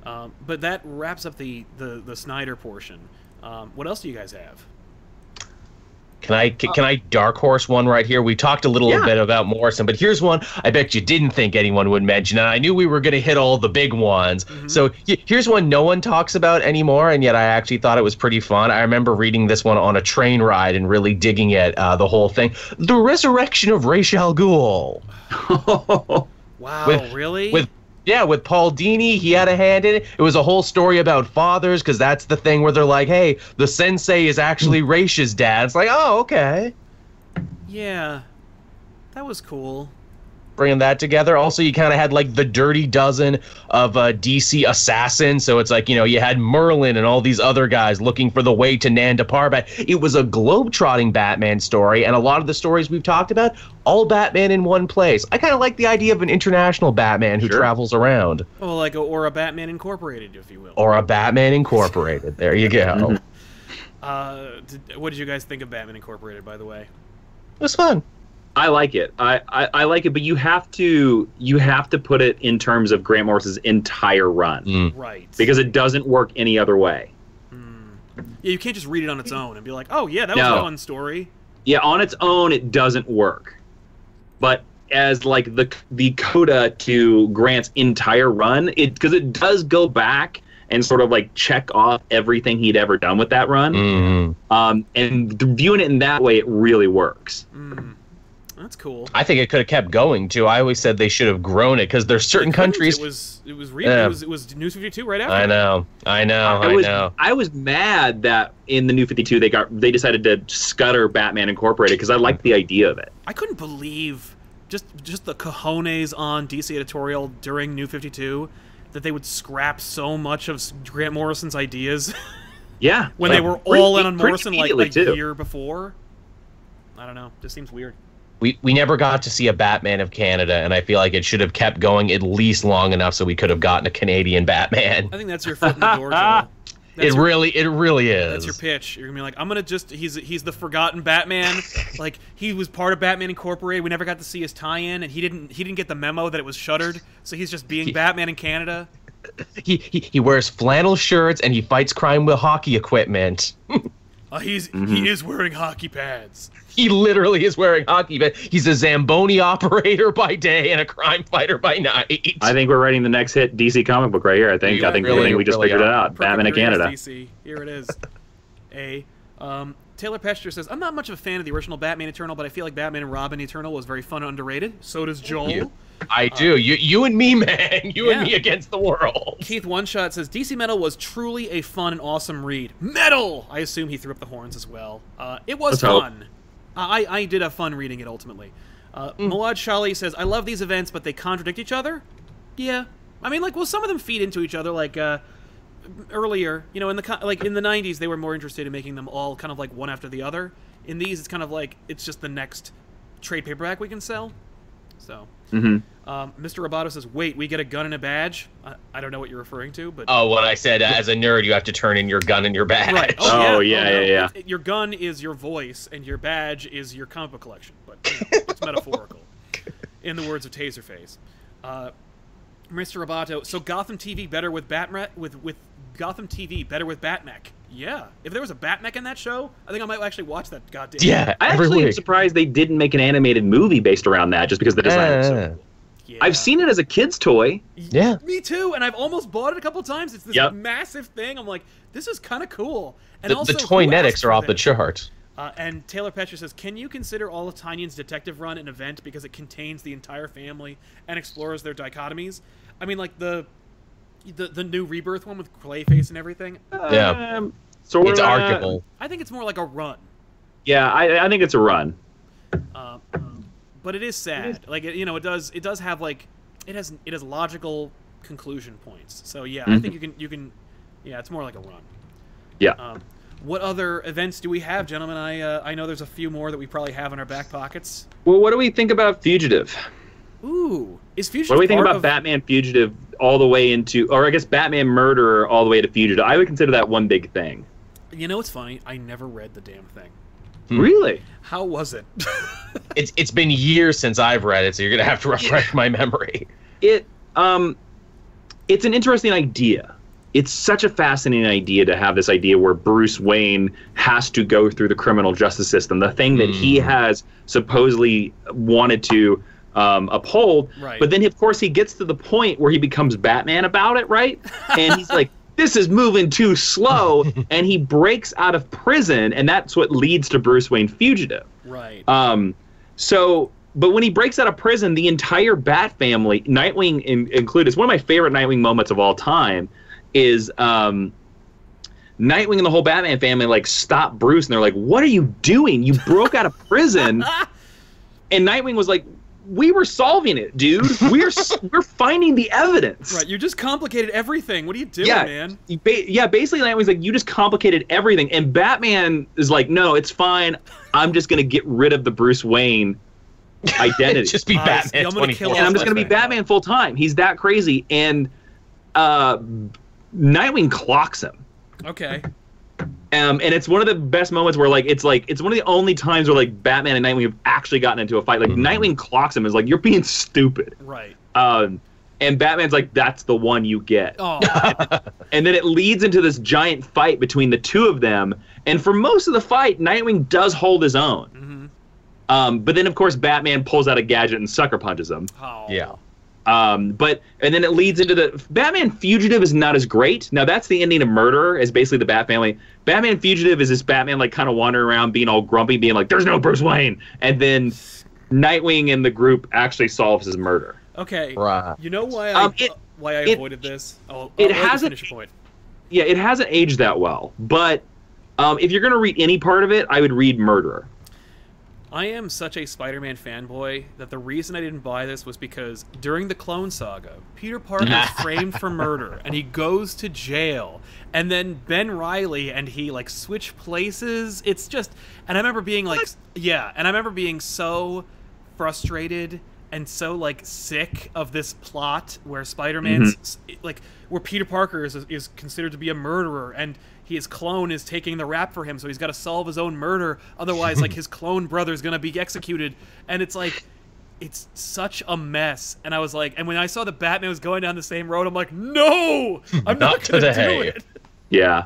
Speaker 1: Um, but that wraps up the the, the Snyder portion. Um, what else do you guys have?
Speaker 5: Can I can, can I dark horse one right here? We talked a little
Speaker 4: Yeah.
Speaker 5: bit about Morrison, but here's one I bet you didn't think anyone would mention, and I knew we were going to hit all the big ones. So y- here's one no one talks about anymore, and yet I actually thought it was pretty fun. I remember reading this one on a train ride and really digging it, uh, the whole thing. The resurrection of Ra's al Ghul
Speaker 1: Wow,
Speaker 5: With-
Speaker 1: really?
Speaker 5: with yeah with paul dini he had a hand in it it was a whole story about fathers because that's the thing where they're like hey the sensei is actually Raisha's dad it's like oh okay
Speaker 1: yeah, that was cool.
Speaker 5: bringing that together also you kind of had like the dirty dozen of uh, dc assassins so it's like you know you had merlin and all these other guys looking for the way to nanda parbat it was a globe-trotting batman story and a lot of the stories we've talked about all batman in one place i kind of like the idea of an international batman who
Speaker 4: Sure.
Speaker 5: travels around
Speaker 1: Well, like a, or a Batman Incorporated, if you will.
Speaker 5: or a Batman Incorporated. There you
Speaker 1: Mm-hmm.
Speaker 5: go. it
Speaker 1: Uh, did, what did you guys think of Batman Incorporated, by the way?
Speaker 5: was fun.
Speaker 4: I like it. I, I, I like it, but you have to you have to put it in terms of Grant Morrison's entire run
Speaker 5: Mm.
Speaker 1: Right. Hmm.
Speaker 4: because it doesn't work any other way.
Speaker 1: yeah, you can't just read it on its own and be like, oh yeah, that was
Speaker 4: No.
Speaker 1: a fun story.
Speaker 4: Yeah, on its own it doesn't work, but as like the the coda to Grant's entire run, it because it does go back and sort of like check off everything he'd ever done with
Speaker 5: Mm. Mm-hmm.
Speaker 4: that run. Um, and viewing it in that way, it really works.
Speaker 1: Mm. That's cool.
Speaker 5: I think it could have kept going too. I always said they should have grown it because there's certain
Speaker 1: They couldn't.
Speaker 5: countries.
Speaker 1: It was it was, re-
Speaker 5: Yeah.
Speaker 1: it was it was New Fifty Two right after.
Speaker 5: I know, I know, Oh, I,
Speaker 4: was
Speaker 5: know.
Speaker 4: I was mad that in the New Fifty Two they got they decided to scutter Batman Incorporated because I liked the idea of it.
Speaker 1: I couldn't believe just just the cojones on DC editorial during New Fifty Two that they would scrap so much of s- Grant Morrison's ideas
Speaker 4: Yeah,
Speaker 1: when they
Speaker 4: Like,
Speaker 1: were
Speaker 4: pretty-
Speaker 1: all in on
Speaker 4: pretty
Speaker 1: Morrison like
Speaker 4: immediately,
Speaker 1: like
Speaker 4: too.
Speaker 1: a year before. I don't know. Just seems weird.
Speaker 5: We we never got to see a Batman of Canada, and I feel like it should have kept going at least long enough so we could have gotten a Canadian Batman.
Speaker 1: I think that's your foot in the door. Joel. That's
Speaker 5: it
Speaker 1: your-
Speaker 5: really, it really
Speaker 1: That's
Speaker 5: is.
Speaker 1: your pitch. You're gonna be like, I'm gonna just he's he's the forgotten Batman. like he was part of Batman Incorporated. We never got to see his tie-in, and he didn't he didn't get the memo that it was shuttered. So he's just being Batman in Canada.
Speaker 5: he, he he wears flannel shirts and he fights crime with hockey equipment.
Speaker 1: Uh, he's
Speaker 5: Mm-hmm.
Speaker 1: he is wearing hockey pads.
Speaker 5: He literally is wearing hockey. But he's a Zamboni operator by day and a crime fighter by night.
Speaker 4: I think we're writing the next hit DC comic book right here. I think
Speaker 1: Yeah,
Speaker 4: I think I
Speaker 1: really,
Speaker 4: think we just
Speaker 5: really
Speaker 4: figured it
Speaker 5: are.
Speaker 4: out. Batman in
Speaker 1: Perfect Areas,
Speaker 4: Canada.
Speaker 1: DC. Here it is. A. Um, Taylor Pester says, I'm not much of a fan of the original Batman Eternal, but I feel like Batman and Robin Eternal was very fun and underrated. So does Joel.
Speaker 5: you. I do. You you and me, man. You
Speaker 1: Uh, Yeah.
Speaker 5: and me against the world.
Speaker 1: Keith One Shot says DC Metal was truly a fun and awesome read. Metal. I assume he threw up the horns as well. Uh, it was
Speaker 4: Let's hope.
Speaker 1: fun. I I did have fun reading it ultimately. Uh, Mawad Shali says I love these events, but they contradict each other. Yeah, I mean like well some of them feed into each other like. Uh, earlier you know in the co- like in the 90s they were more interested in making them all kind of like one after the other in these it's kind of like it's just the next trade paperback we can sell so
Speaker 4: Mm-hmm.
Speaker 1: um, Mr. Roboto says, "Wait, we get a gun and a badge." I, I don't know what you're referring to, but
Speaker 5: Oh, what I said. Uh, as a nerd, you have to turn in your gun and your badge.
Speaker 1: right.
Speaker 4: Oh, yeah, yeah, yeah.
Speaker 1: It's- it- your gun is your voice, and your badge is your comic book collection, but you know, it's metaphorical, in the words of Taserface. Uh, Mr. Roboto, so Gotham TV better with Batmec with with Gotham TV better with Batmec. Yeah, if there was a Batmec in that show, I think I might actually watch that goddamn.
Speaker 5: Yeah.
Speaker 4: I
Speaker 5: every
Speaker 4: actually am
Speaker 5: week.
Speaker 4: surprised they didn't make an animated movie based around that just because the design. was so-
Speaker 5: Yeah.
Speaker 1: yeah.
Speaker 4: I've seen it as a kid's toy.
Speaker 5: Yeah.
Speaker 1: Me too, and I've almost bought it a couple times. It's this
Speaker 4: Yep.
Speaker 1: massive thing. I'm like, this is kind of cool. And
Speaker 5: The,
Speaker 1: also,
Speaker 5: the
Speaker 1: who
Speaker 5: toynetics
Speaker 1: asked for
Speaker 5: are off the
Speaker 1: this?
Speaker 5: chart.
Speaker 1: Uh, and Taylor Petcher says, "Can you consider all of Tanyan's detective run an event because it contains the entire family and explores their dichotomies? I mean, like the the, the new rebirth one with Clayface and everything.
Speaker 5: Yeah.
Speaker 4: Um, sort
Speaker 5: it's
Speaker 1: uh,
Speaker 4: of.
Speaker 5: arguable.
Speaker 1: I think it's more like a run,
Speaker 4: Yeah, I, I think it's a run.
Speaker 1: uh, but it is sad. Like it, you know, it does it does have like it has it has logical conclusion points. So yeah,
Speaker 5: Mm-hmm.
Speaker 1: I think you can you can yeah, it's more like a run."
Speaker 4: Yeah.
Speaker 1: Um, what other events do we have, gentlemen? I uh, I know there's a few more that we probably have in our back pockets.
Speaker 4: Well, what do we think about Fugitive?
Speaker 1: Ooh, is Fusion?
Speaker 4: What do we think
Speaker 1: part
Speaker 4: about
Speaker 1: of-
Speaker 4: Batman Fugitive all the way into, or I guess Batman Murderer all the way to Fugitive? I would consider that one big thing.
Speaker 1: You know what's funny? I never read the damn thing. Hmm.
Speaker 4: Really?
Speaker 1: How was it?
Speaker 5: It's it's been years since I've read it, so you're gonna have to refresh my memory.
Speaker 4: It um, it's an interesting idea. It's such a fascinating idea to have this idea where Bruce Wayne has to go through the criminal justice system, the thing that
Speaker 1: Hmm.
Speaker 4: he has supposedly wanted to um, uphold.
Speaker 1: Right.
Speaker 4: But then, of course, he gets to the point where he becomes Batman about it, right? And he's like, this is moving too slow. and he breaks out of prison, and that's what leads to Bruce Wayne Fugitive.
Speaker 1: right.
Speaker 4: Um, so, but when he breaks out of prison, the entire Bat family, Nightwing in, included, it's one of my favorite Nightwing moments of all time. Is um, Nightwing and the whole Batman family like stop Bruce and they're like, "What are you doing? You broke out of prison." and Nightwing was like, "We were solving it, dude. We're s- we're finding the evidence."
Speaker 1: right. You just complicated everything. What are you doing,
Speaker 4: Yeah.
Speaker 1: man?
Speaker 4: You Ba- yeah, basically Nightwing's like, you just complicated everything. And Batman is like, no, it's fine. I'm just going to get rid of the Bruce Wayne identity.
Speaker 5: Just be
Speaker 1: Uh,
Speaker 5: Batman.
Speaker 1: I'm gonna
Speaker 5: 24
Speaker 1: kill
Speaker 4: and I'm just going to be Batman full time. He's that crazy. And uh, Nightwing clocks him.
Speaker 1: Okay.
Speaker 4: Um, and it's one of the best moments where like it's like it's one of the only times where like Batman and Nightwing have actually gotten into a fight. Like Nightwing clocks him is like you're being stupid.
Speaker 1: Right.
Speaker 4: Um, and Batman's like that's the one you get.
Speaker 1: Oh,
Speaker 4: And then it leads into this giant fight between the two of them. And for most of the fight, Nightwing does hold his own.
Speaker 1: mm-hmm.
Speaker 4: Um, but then, of course, Batman pulls out a gadget and sucker punches him.
Speaker 1: oh.
Speaker 5: Yeah.
Speaker 4: Um, but and then it leads into the Batman Fugitive is not as great. Now that's the ending of Murderer is basically the Bat family. Batman Fugitive is this Batman like kind of wandering around being all grumpy, being like, "There's no Bruce Wayne," and then Nightwing in the group actually solves his murder.
Speaker 1: Okay.
Speaker 5: Right.
Speaker 1: You know why I uh,
Speaker 4: Um, it-
Speaker 1: why I
Speaker 4: it-
Speaker 1: avoided this? Oh,
Speaker 4: it
Speaker 1: I'll let you
Speaker 4: hasn't-
Speaker 1: finish your point.
Speaker 4: Yeah, it hasn't aged that well, but um, if you're going to read any part of it, I would read Murderer.
Speaker 1: I am such a Spider-Man fanboy that the reason I didn't buy this was because during the Clone Saga, Peter Parker is framed for murder and he goes to jail, and then Ben Riley and he like switch places. It's just, and I remember being like, yeah, and I remember being so frustrated and so like sick of this plot where Spider-Man's like where Peter Parker is is considered to be a murderer and he, his clone is taking the rap for him so he's got to solve his own murder otherwise like his clone brother is going to be executed and it's like it's such a mess and I was like and when I saw the Batman was going down the same road I'm like no I'm not,
Speaker 5: Not
Speaker 1: gonna do
Speaker 5: today.
Speaker 1: it
Speaker 4: Yeah.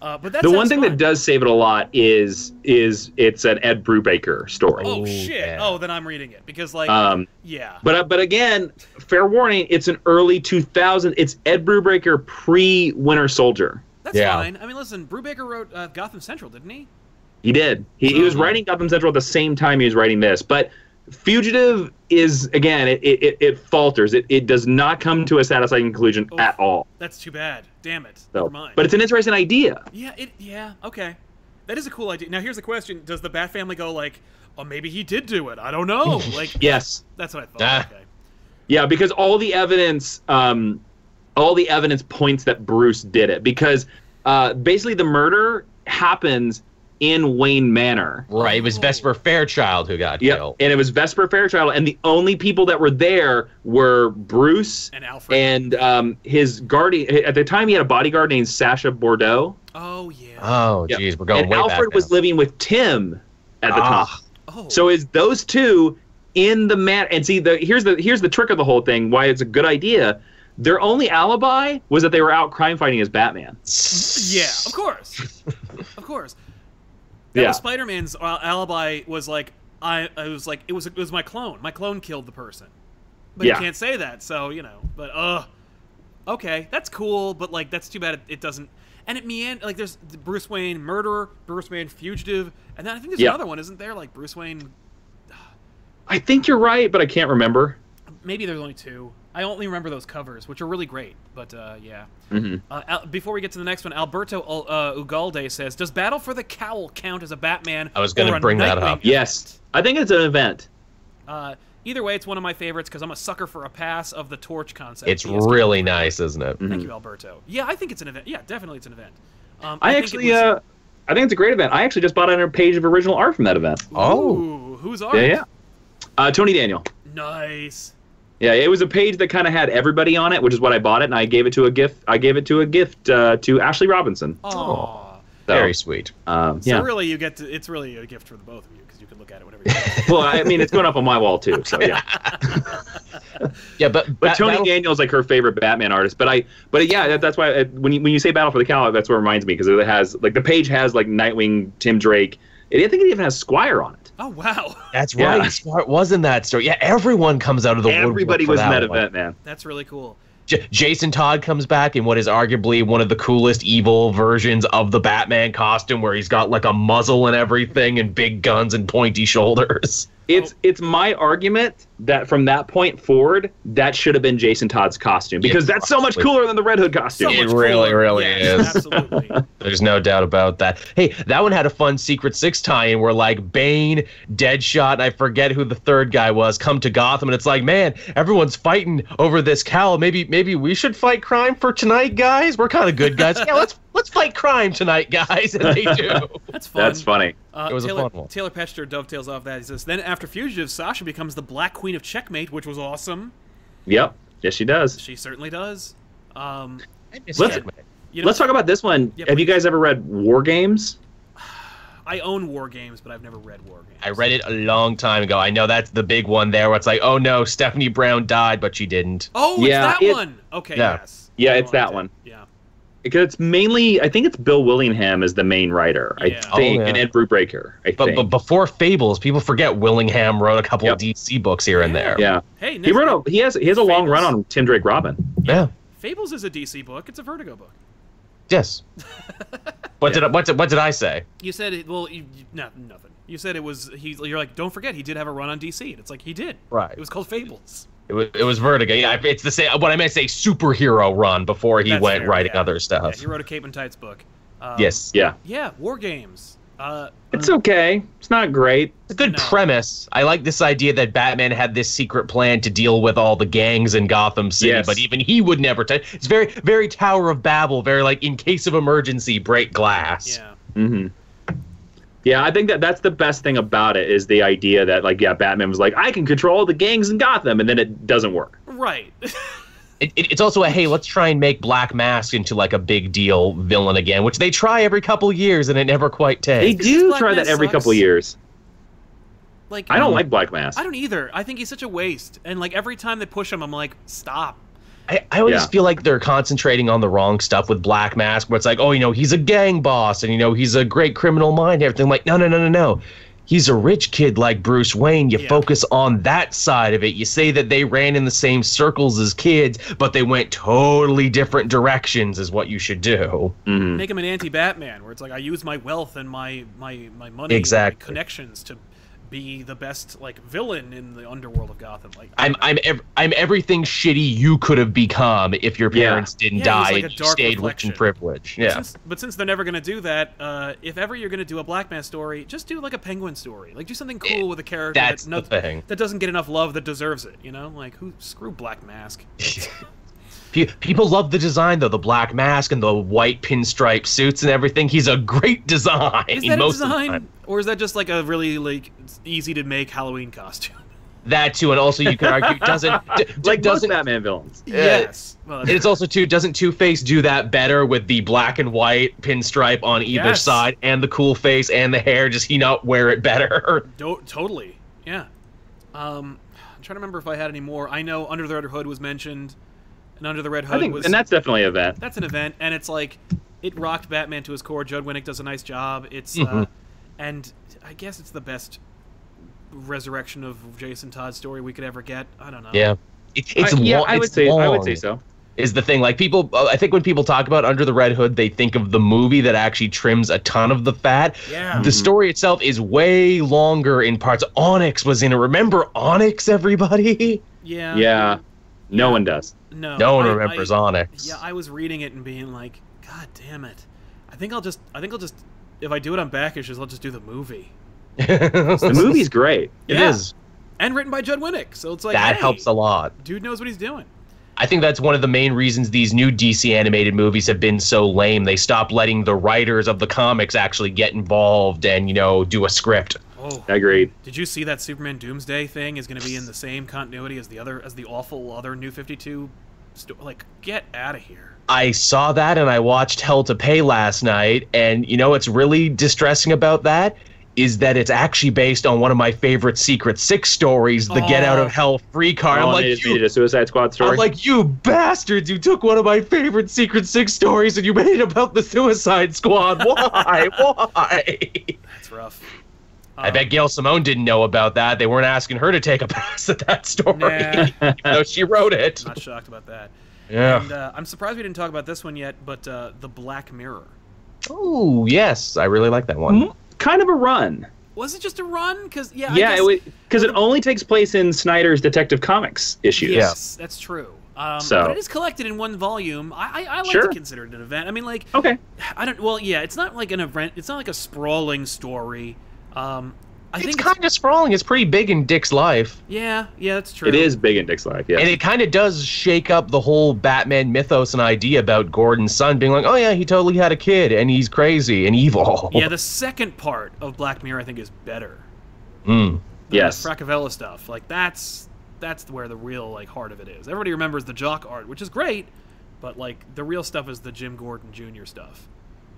Speaker 1: uh, but that's
Speaker 4: the one thing that does save it a lot is is it's an Ed Brubaker story.
Speaker 1: oh
Speaker 5: Oh,
Speaker 1: shit
Speaker 5: yeah.
Speaker 1: oh then I'm reading it because like
Speaker 4: Um,
Speaker 1: yeah
Speaker 4: but uh, but again, fair warning, it's an early 2000. It's Ed Brubaker pre Winter Soldier.
Speaker 1: that's
Speaker 5: yeah.
Speaker 1: fine I mean listen Brubaker wrote uh, Gotham Central didn't he
Speaker 4: He did. He, he
Speaker 1: Hmm.
Speaker 4: was writing Gotham Central at the same time he was writing this. But Fugitive is again, it it, it- it falters. It it does not come to a satisfying conclusion
Speaker 1: Oof.
Speaker 4: at all.
Speaker 1: That's too bad. Damn it.
Speaker 4: So,
Speaker 1: Oh, Never mind.
Speaker 4: but it's an interesting idea.
Speaker 1: yeah, it yeah, okay. That is a cool idea. Now here's the question, does the Bat family go like, "Oh, maybe he did do it. I don't know." Like
Speaker 4: Yes.
Speaker 1: that's what I thought.
Speaker 5: Ah.
Speaker 1: Okay.
Speaker 4: Yeah, because all the evidence, um, all the evidence points that Bruce did it. Because uh, basically, the murder happens in Wayne Manor.
Speaker 5: Right. It was Vesper Fairchild who got
Speaker 4: Yep.
Speaker 5: killed.
Speaker 4: and it was Vesper Fairchild, and the only people that were there were Bruce
Speaker 1: And Alfred.
Speaker 4: and um, his guardian. At the time, he had a bodyguard named Sasha Bordeaux,
Speaker 1: oh yeah.
Speaker 5: Oh,
Speaker 4: Yep.
Speaker 5: jeez, we're going
Speaker 4: and
Speaker 5: way
Speaker 4: Alfred
Speaker 5: back.
Speaker 4: was
Speaker 5: now.
Speaker 4: living with Tim at the time.
Speaker 5: Ah,
Speaker 1: oh.
Speaker 4: So is those two in the man? And see, the here's the here's the trick of the whole thing. Why it's a good idea. Their only alibi was that they were out crime fighting as Batman.
Speaker 1: yeah, of course. of course. That
Speaker 4: Yeah.
Speaker 1: was Spider-Man's al- alibi was like I I was like it was it was my clone. My clone killed the person. But
Speaker 4: Yeah.
Speaker 1: you can't say that. So, you know, but uh okay, that's cool, but like that's too bad it, it doesn't. And it meander like there's the Bruce Wayne murderer, Bruce Wayne fugitive, and then I think there's
Speaker 4: Yeah.
Speaker 1: another one, isn't there? Like Bruce Wayne.
Speaker 4: I think you're right, but I can't remember.
Speaker 1: Maybe there's only two. I only remember those covers, which are really great. But uh, yeah.
Speaker 5: Mm-hmm.
Speaker 4: Mhm.
Speaker 1: Uh, Al- before we get to the next one, Alberto Ul- uh, Ugalde says, "Does Battle for the Cowl count as a Batman?"
Speaker 5: I was gonna
Speaker 1: or a
Speaker 5: bring that
Speaker 1: Nightwing
Speaker 5: up.
Speaker 4: Yes, I think it's an event.
Speaker 1: Uh, either way, it's one of my favorites because I'm a sucker for a pass of the torch concept.
Speaker 5: it's
Speaker 1: Yes,
Speaker 5: really Mm-hmm. nice, isn't it?
Speaker 4: Mm-hmm.
Speaker 1: Thank you, Alberto. Yeah, I think it's an event. Yeah, definitely it's an event. Um,
Speaker 4: I,
Speaker 1: think it
Speaker 4: actually,
Speaker 1: was-
Speaker 4: uh, I think it's a great event. I actually just bought another page of original art from that event.
Speaker 5: Oh.
Speaker 1: Ooh, who's
Speaker 4: Yeah,
Speaker 1: ours?
Speaker 4: yeah. Uh, Tony Daniel.
Speaker 1: Nice.
Speaker 4: Yeah, it was a page that kind of had everybody on it, which is what I bought it, and I gave it to a gift. I gave it to a gift uh, to Ashley Robinson.
Speaker 1: Oh.
Speaker 4: So,
Speaker 5: Very sweet.
Speaker 4: um,
Speaker 1: So
Speaker 4: yeah.
Speaker 1: really, you get to. It's really a gift for the both of you because you can look at it whenever you want.
Speaker 4: well, I mean, it's going up on my wall too. So yeah.
Speaker 5: Yeah, but
Speaker 4: But
Speaker 5: Bat-
Speaker 4: Tony
Speaker 5: Battle-
Speaker 4: Daniel's like her favorite Batman artist. But I, but yeah, that, that's why uh when you, when you say Battle for the Cow, that's what reminds me because it has like the page has like Nightwing, Tim Drake. It, I think it even has Squire on it.
Speaker 1: Oh wow,
Speaker 5: That's
Speaker 4: Yeah.
Speaker 5: right. Smart was in that story. Yeah, everyone comes out of the woodwork
Speaker 4: Everybody
Speaker 5: for
Speaker 4: was in that
Speaker 5: one.
Speaker 4: event, man.
Speaker 1: that's really cool.
Speaker 5: J- Jason Todd comes back in what is arguably one of the coolest evil versions of the Batman costume, where he's got like a muzzle and everything, and big guns and pointy shoulders.
Speaker 4: It's it's my argument that from that point forward, that should have been Jason Todd's costume because
Speaker 5: Yeah,
Speaker 4: that's so much
Speaker 5: possibly.
Speaker 4: cooler than the Red Hood costume.
Speaker 1: So
Speaker 5: It
Speaker 1: much
Speaker 5: really,
Speaker 1: cooler.
Speaker 5: really
Speaker 1: Yeah,
Speaker 5: is.
Speaker 1: Absolutely.
Speaker 5: There's no doubt about that. Hey, that one had a fun Secret Six tie-in where like Bane, Deadshot, and I forget who the third guy was, come to Gotham, and it's like, man, everyone's fighting over this cowl. Maybe, maybe we should fight crime for tonight, guys. We're kind of good guys. yeah, let's let's fight crime tonight, guys. And they do.
Speaker 1: That's fun.
Speaker 4: that's funny.
Speaker 1: Uh,
Speaker 5: It was a
Speaker 1: Taylor,
Speaker 5: fun one.
Speaker 1: Taylor Petcher dovetails off that. He says, "Then after Fugitive, Sasha becomes the Black Queen of Checkmate, which was awesome.
Speaker 4: Yep. Yes, she does.
Speaker 1: She certainly does. Um,
Speaker 4: Let's-
Speaker 1: you know,
Speaker 4: Let's talk about this one.
Speaker 1: Yeah,
Speaker 4: have you
Speaker 1: please.
Speaker 4: guys ever read War Games?
Speaker 1: I own War Games, but I've never read War Games.
Speaker 5: I read it a long time ago. I know that's the big one there where it's like, oh no, Stephanie Brown died, but she didn't.
Speaker 1: Oh,
Speaker 4: Yeah,
Speaker 1: it's that
Speaker 4: it-
Speaker 1: one. Okay,
Speaker 5: Yeah.
Speaker 1: yes.
Speaker 4: Yeah,
Speaker 1: I
Speaker 4: it's
Speaker 1: know I
Speaker 4: that
Speaker 1: did.
Speaker 4: one.
Speaker 1: Yeah.
Speaker 4: Because it's mainly, I think it's Bill Willingham is the main writer, I
Speaker 1: Yeah.
Speaker 5: Oh,
Speaker 4: think,
Speaker 5: yeah.
Speaker 4: and Ed Brubaker, I
Speaker 5: But,
Speaker 4: think.
Speaker 5: but before Fables, people forget Willingham wrote a couple
Speaker 4: Yep.
Speaker 5: of DC books here and there.
Speaker 4: yeah,
Speaker 1: Hey, next,
Speaker 4: he wrote a he has he has a long
Speaker 1: Fables.
Speaker 4: run on Tim Drake Robin.
Speaker 5: yeah.
Speaker 1: Fables is a DC book. It's a Vertigo book.
Speaker 5: Yes. what did I, what did what did I say?
Speaker 1: You said it. Well, you, you, no, nothing. You said it was he. You're like, don't forget, he did have a run on DC, and it's like he did.
Speaker 5: Right.
Speaker 1: It was called Fables.
Speaker 5: It was, it was Vertigo. Yeah, it's the same. What I meant to say, superhero run before he
Speaker 1: That's
Speaker 5: went
Speaker 1: fair,
Speaker 5: writing
Speaker 1: yeah.
Speaker 5: other
Speaker 1: Yeah,
Speaker 5: stuff.
Speaker 1: he wrote a Cape and Tights book. Um,
Speaker 5: yes,
Speaker 4: Yeah.
Speaker 1: Yeah, War Games. Uh,
Speaker 4: It's okay. It's not great.
Speaker 5: it's a good
Speaker 1: No.
Speaker 5: premise. I like this idea that Batman had this secret plan to deal with all the gangs in Gotham City,
Speaker 4: Yes.
Speaker 5: but even he would never touch. It's very, very Tower of Babel. Very like, in case of emergency, break glass.
Speaker 1: yeah.
Speaker 4: hmm Yeah, I think that that's the best thing about it is the idea that like yeah, Batman was like I can control the gangs in Gotham, and then it doesn't work.
Speaker 1: Right.
Speaker 5: It, it, it's also a hey, let's try and make Black Mask into like a big deal villain again, which they try every couple years and it never quite
Speaker 4: They
Speaker 5: takes.
Speaker 4: do
Speaker 1: Black
Speaker 4: try
Speaker 1: Man
Speaker 4: that every
Speaker 1: sucks.
Speaker 4: couple of years.
Speaker 1: like
Speaker 4: I don't like Black Mask.
Speaker 1: I don't either. I think he's such a waste. And like every time they push him, I'm like, stop.
Speaker 5: I, I always
Speaker 4: Yeah.
Speaker 5: feel like they're concentrating on the wrong stuff with Black Mask, where it's like, oh, you know, he's a gang boss and, you know, he's a great criminal mind and everything. I'm like, no, no, no, no, no. He's a rich kid like Bruce Wayne. You
Speaker 1: Yeah.
Speaker 5: focus on that side of it. You say that they ran in the same circles as kids, but they went totally different directions, is what you should do.
Speaker 4: Mhm.
Speaker 1: Make him an anti-Batman, where it's like I use my wealth and my my my money, and my
Speaker 5: Exactly.
Speaker 1: connections to be the best like villain in the underworld of Gotham. Like
Speaker 5: I'm I'm ev- I'm everything shitty you could have become if your
Speaker 4: Yeah.
Speaker 5: parents didn't
Speaker 1: Yeah,
Speaker 5: die
Speaker 1: he's like a
Speaker 5: and you
Speaker 1: dark
Speaker 5: stayed rich
Speaker 1: reflection.
Speaker 5: and privileged. Yeah.
Speaker 1: Since, but since they're never gonna do that, uh, if ever you're gonna do a Black Mass story, just do like a Penguin story. Like do something cool with a character
Speaker 5: that's
Speaker 1: that, no-
Speaker 5: the thing.
Speaker 1: that doesn't get enough love that deserves it. You know, like who screw Black Mask.
Speaker 5: Pe- People love the design though, the black mask and the white pinstripe suits and everything. He's a great design.
Speaker 1: Is that a
Speaker 5: most of the time.
Speaker 1: design, or is that just like a really like easy to make Halloween costume?
Speaker 5: That too, and also you could argue doesn't d-
Speaker 4: Like most
Speaker 5: doesn't.
Speaker 4: Batman villains.
Speaker 1: Well, that's-
Speaker 5: It's also too doesn't Two Face do that better with the black and white pinstripe on either
Speaker 1: Yes.
Speaker 5: side and the cool face and the hair? Does he not wear it better?
Speaker 1: Do- totally. Yeah. Um, I'm trying to remember if I had any more. I know Under the Red Hood was mentioned, and Under the Red Hood
Speaker 4: I think,
Speaker 1: was
Speaker 4: and that's definitely a vet.
Speaker 1: that's an event, and it's like it rocked Batman to his core. Judd Winnick does a nice job. It's uh,
Speaker 4: Mm-hmm.
Speaker 5: Mhm.
Speaker 1: and I guess it's the best resurrection of Jason Todd's story we could ever get. I don't know.
Speaker 5: Yeah, it, it's
Speaker 4: I, yeah,
Speaker 5: long.
Speaker 4: I would
Speaker 5: it's
Speaker 4: say I would
Speaker 5: long.
Speaker 4: say so.
Speaker 5: is the thing. Like people, uh, I think when people talk about Under the Red Hood, they think of the movie that actually trims a ton of the fat.
Speaker 1: Yeah.
Speaker 5: The story itself is way longer in parts. Onyx was in it. Remember Onyx, everybody?
Speaker 1: Yeah.
Speaker 4: Yeah, no one does.
Speaker 1: No.
Speaker 5: No one
Speaker 1: I-
Speaker 5: remembers
Speaker 1: I-
Speaker 5: Onyx.
Speaker 1: Yeah, I was reading it and being like, God damn it! I think I'll just, I think I'll just, if I do it on back issues, I'll just do the movie.
Speaker 4: The
Speaker 5: it
Speaker 4: movie's great.
Speaker 1: Yeah.
Speaker 5: is.
Speaker 1: and written by Judd Winnick. So it's like
Speaker 5: That
Speaker 1: hey,
Speaker 5: helps a lot.
Speaker 1: Dude knows what he's doing.
Speaker 5: I think that's one of the main reasons these new DC animated movies have been so lame. They stopped letting the writers of the comics actually get involved and, you know, do a script.
Speaker 1: Oh,
Speaker 4: Agreed.
Speaker 1: did you see that Superman Doomsday thing is going to be in the same continuity as the other as the awful other New Fifty Two? Sto- like, get out of here.
Speaker 5: I saw that and I watched Hell to Pay last night. And you know what's really distressing about that is that it's actually based on one of my favorite Secret Six stories, the Get Out
Speaker 1: Oh.
Speaker 5: of Hell free card.
Speaker 4: Oh,
Speaker 5: I'm
Speaker 4: and
Speaker 5: like,
Speaker 4: they just
Speaker 5: you,
Speaker 4: made it a Suicide Squad story.
Speaker 5: I'm like, you bastards! You took one of my favorite Secret Six stories and you made it about the Suicide Squad. Why? Why?
Speaker 1: That's rough. Um,
Speaker 5: I bet Gail Simone didn't know about that. They weren't asking her to take a pass at that story,
Speaker 1: Nah,
Speaker 5: even though she wrote it.
Speaker 1: not shocked about that.
Speaker 5: Yeah.
Speaker 1: And uh, I'm surprised we didn't talk about this one yet, but uh, the Black Mirror.
Speaker 5: Oh yes, I really like that one.
Speaker 4: Mm, kind of a run.
Speaker 1: Was it just a run? Because yeah, I
Speaker 4: Yeah,
Speaker 1: guess,
Speaker 4: it because it only takes place in Snyder's Detective Comics issues.
Speaker 1: Yes, that's true. Um,
Speaker 4: So-
Speaker 1: but it is collected in one volume. I, I, I like
Speaker 4: Sure.
Speaker 1: to consider it an event. I mean, like
Speaker 4: Okay.
Speaker 1: I don't. Well, yeah, it's not like an event. It's not like a sprawling story. Um, I
Speaker 5: it's
Speaker 1: think
Speaker 5: kind of sprawling. It's pretty big in Dick's life,
Speaker 1: yeah, yeah, that's true.
Speaker 4: It is big in Dick's life. Yeah.
Speaker 5: and it kind of does shake up the whole Batman mythos and idea about Gordon's son being like, "Oh yeah, he totally had a kid, and he's crazy and evil."
Speaker 1: Yeah, the second part of Black Mirror, I think, is better.
Speaker 5: Mm.
Speaker 1: The
Speaker 4: Yes.
Speaker 1: Fracavella stuff. Like that's that's where the real like heart of it is. Everybody remembers the jock art, which is great, but like the real stuff is the Jim Gordon Jr. stuff.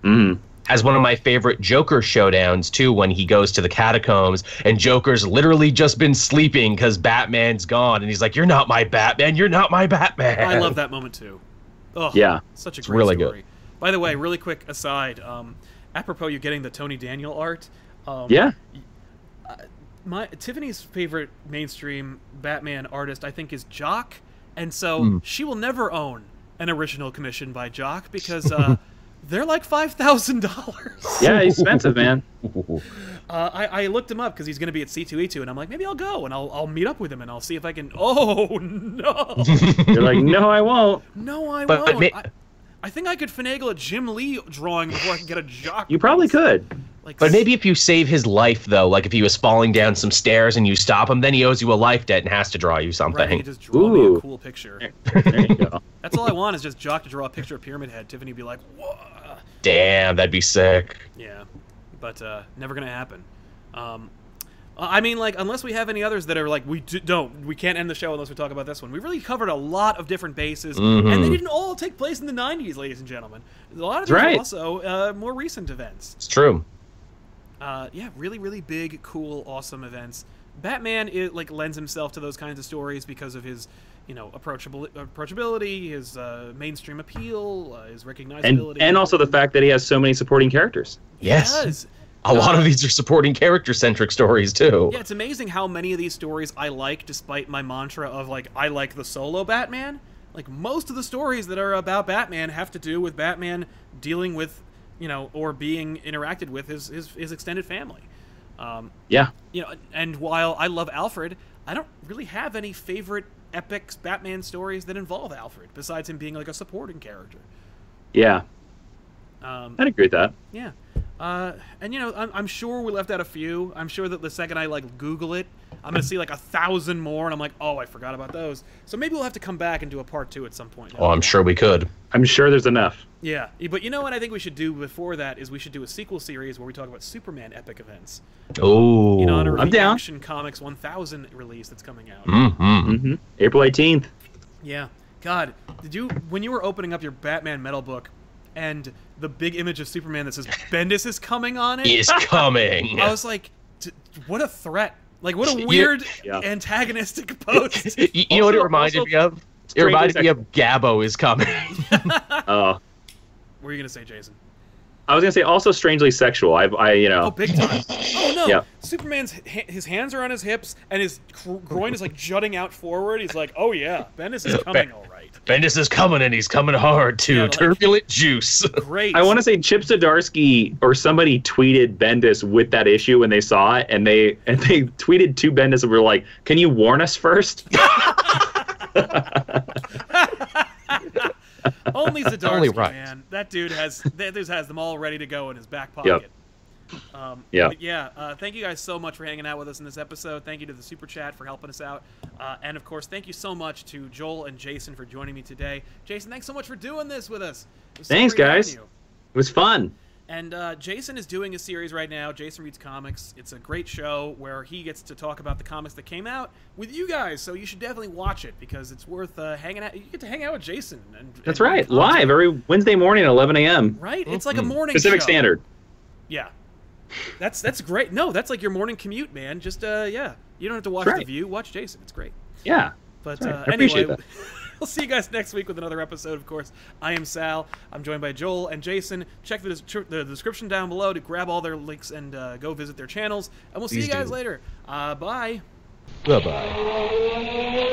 Speaker 4: Mhm.
Speaker 5: As one of my favorite Joker showdowns too, when he goes to the catacombs and Joker's literally just been sleeping because Batman's gone, and he's like, "You're not my Batman. You're not my Batman."
Speaker 1: I love that moment too. Oh
Speaker 4: Yeah.
Speaker 1: such a
Speaker 5: It's
Speaker 1: great
Speaker 5: really
Speaker 1: story. By the way, really quick aside, um, apropos you getting the Tony Daniel art. Um,
Speaker 4: Yeah.
Speaker 1: my Tiffany's favorite mainstream Batman artist, I think, is
Speaker 5: Hmm.
Speaker 1: Jock, and so she will never own an original commission by Jock because uh, They're like five thousand dollars.
Speaker 4: Yeah, he's expensive, man.
Speaker 1: Uh, I, I looked him up because he's going to be at C2E2, and I'm like, maybe I'll go and I'll, I'll meet up with him and I'll see if I can. Oh no,
Speaker 4: You're like, no, I won't.
Speaker 1: no, I
Speaker 5: But- but
Speaker 1: won't.
Speaker 5: may-
Speaker 1: I, I think I could finagle a Jim Lee drawing before I can get a jock.
Speaker 4: You probably could.
Speaker 1: Like,
Speaker 5: But maybe if you save his life, though, like if he was falling down some stairs and you stop him, then he owes you a life debt and has to draw you
Speaker 1: right,
Speaker 5: something.
Speaker 1: you just draw me a
Speaker 4: Ooh.
Speaker 1: cool picture.
Speaker 4: There you go.
Speaker 1: That's all I want is just Jock to draw a picture of Pyramid Head. Tiffany would be like, whoa.
Speaker 5: Damn, that'd be sick.
Speaker 1: Yeah, but uh, never gonna happen. Um, I mean, like, unless we have any others that are like, we d- don't, we can't end the show unless we talk about this one. We really covered a lot of different bases, and
Speaker 4: Mm-hmm.
Speaker 1: they didn't all take place in the '90s, ladies and gentlemen. A lot of
Speaker 4: That's
Speaker 1: them
Speaker 4: right.
Speaker 1: also uh, more recent events.
Speaker 5: It's true.
Speaker 1: Uh, yeah, really, really big, cool, awesome events. Batman it, like lends himself to those kinds of stories because of his, you know, approachable approachability, his uh, mainstream appeal, uh, his recognizability,
Speaker 4: And and also the fact that he has so many supporting characters.
Speaker 5: Yes.
Speaker 1: Yes.
Speaker 5: A lot
Speaker 1: Uh,
Speaker 5: of these are supporting character centric stories, too.
Speaker 1: Yeah, it's amazing how many of these stories I like, despite my mantra of like I like the solo Batman. Like most of the stories that are about Batman have to do with Batman dealing with, you know, or being interacted with his his, his extended family. Um,
Speaker 4: Yeah.
Speaker 1: you know, and while I love Alfred, I don't really have any favorite epic Batman stories that involve Alfred besides him being like a supporting character.
Speaker 4: Yeah.
Speaker 1: Um,
Speaker 4: I'd agree with that.
Speaker 1: yeah. Uh, and you know, I'm, I'm sure we left out a few. I'm sure that the second I like Google it, I'm gonna see like a thousand more, and I'm like, oh, I forgot about those. So maybe we'll have to come back and do a part two at some point.
Speaker 5: Oh, I'm sure we could.
Speaker 4: I'm sure there's enough.
Speaker 1: Yeah, but you know what I think we should do before that is we should do a sequel series where we talk about Superman epic events
Speaker 5: Oh.
Speaker 1: in honor of
Speaker 4: I'm
Speaker 1: the
Speaker 4: down.
Speaker 1: Action Comics 1000 release that's coming out.
Speaker 5: hmm
Speaker 4: hmm April 18th.
Speaker 1: Yeah. God, did you when you were opening up your Batman metal book and the big image of Superman that says Bendis is coming on it?
Speaker 5: Is coming.
Speaker 1: I was like, D- what a threat. Like, what a
Speaker 5: Yeah.
Speaker 1: weird
Speaker 4: Yeah.
Speaker 1: antagonistic post.
Speaker 5: you, you know what it
Speaker 4: Also-
Speaker 5: reminded
Speaker 4: also-
Speaker 5: me of? It
Speaker 4: Strange
Speaker 5: reminded me
Speaker 4: sex-
Speaker 5: of Gabbo is coming.
Speaker 4: Oh.
Speaker 1: what are you going to say, Jason?
Speaker 4: I was gonna say also strangely sexual. I, I you know,
Speaker 1: Oh, big time. Oh, no.
Speaker 4: Yeah.
Speaker 1: Superman's, ha- his hands are on his hips, and his cr- groin is, like, jutting out forward. He's like, oh, yeah, Bendis is coming all right.
Speaker 5: Bendis is coming and he's coming hard too.
Speaker 1: Yeah, like-
Speaker 5: Turbulent juice.
Speaker 1: Great.
Speaker 4: I want to say Chip Zdarsky or somebody tweeted Bendis with that issue when they saw it, and they and they tweeted to Bendis and were like, "Can you warn us first?
Speaker 1: Only Zdarsky,
Speaker 5: Only right.
Speaker 1: man. That dude has that dude has them all ready to go in his back pocket. Um,
Speaker 4: Yeah.
Speaker 1: but yeah. Uh, thank you guys so much for hanging out with us in this episode. Thank you to the super chat for helping us out, uh, and of course, thank you so much to Joel and Jason for joining me today. Jason, thanks so much for doing this with us. It was so
Speaker 4: Thanks,
Speaker 1: great having
Speaker 4: guys.
Speaker 1: you.
Speaker 4: It was fun."
Speaker 1: And uh, Jason is doing a series right now. Jason reads comics. It's a great show where he gets to talk about the comics that came out with you guys. So you should definitely watch it because it's worth uh, hanging out. You get to hang out with Jason. And, and
Speaker 4: That's right,
Speaker 1: content.
Speaker 4: live every Wednesday morning at 11 a.m.
Speaker 1: Right? It's like a morning
Speaker 4: Pacific
Speaker 1: show.
Speaker 4: Standard.
Speaker 1: Yeah. That's that's great. No, that's like your morning commute, man. Just uh yeah. You don't have to watch
Speaker 4: That's
Speaker 1: the
Speaker 4: right.
Speaker 1: view, watch Jason. It's great.
Speaker 4: Yeah.
Speaker 1: But
Speaker 4: That's right.
Speaker 1: uh,
Speaker 4: I appreciate
Speaker 1: anyway, we'll see you guys next week with another episode. Of course, I am Sal. I'm joined by Joel and Jason. Check the, des- tr- the description down below to grab all their links and uh, go visit their channels. And we'll see
Speaker 5: Please
Speaker 1: you guys
Speaker 5: do.
Speaker 1: later. Uh, bye.
Speaker 5: bye bye.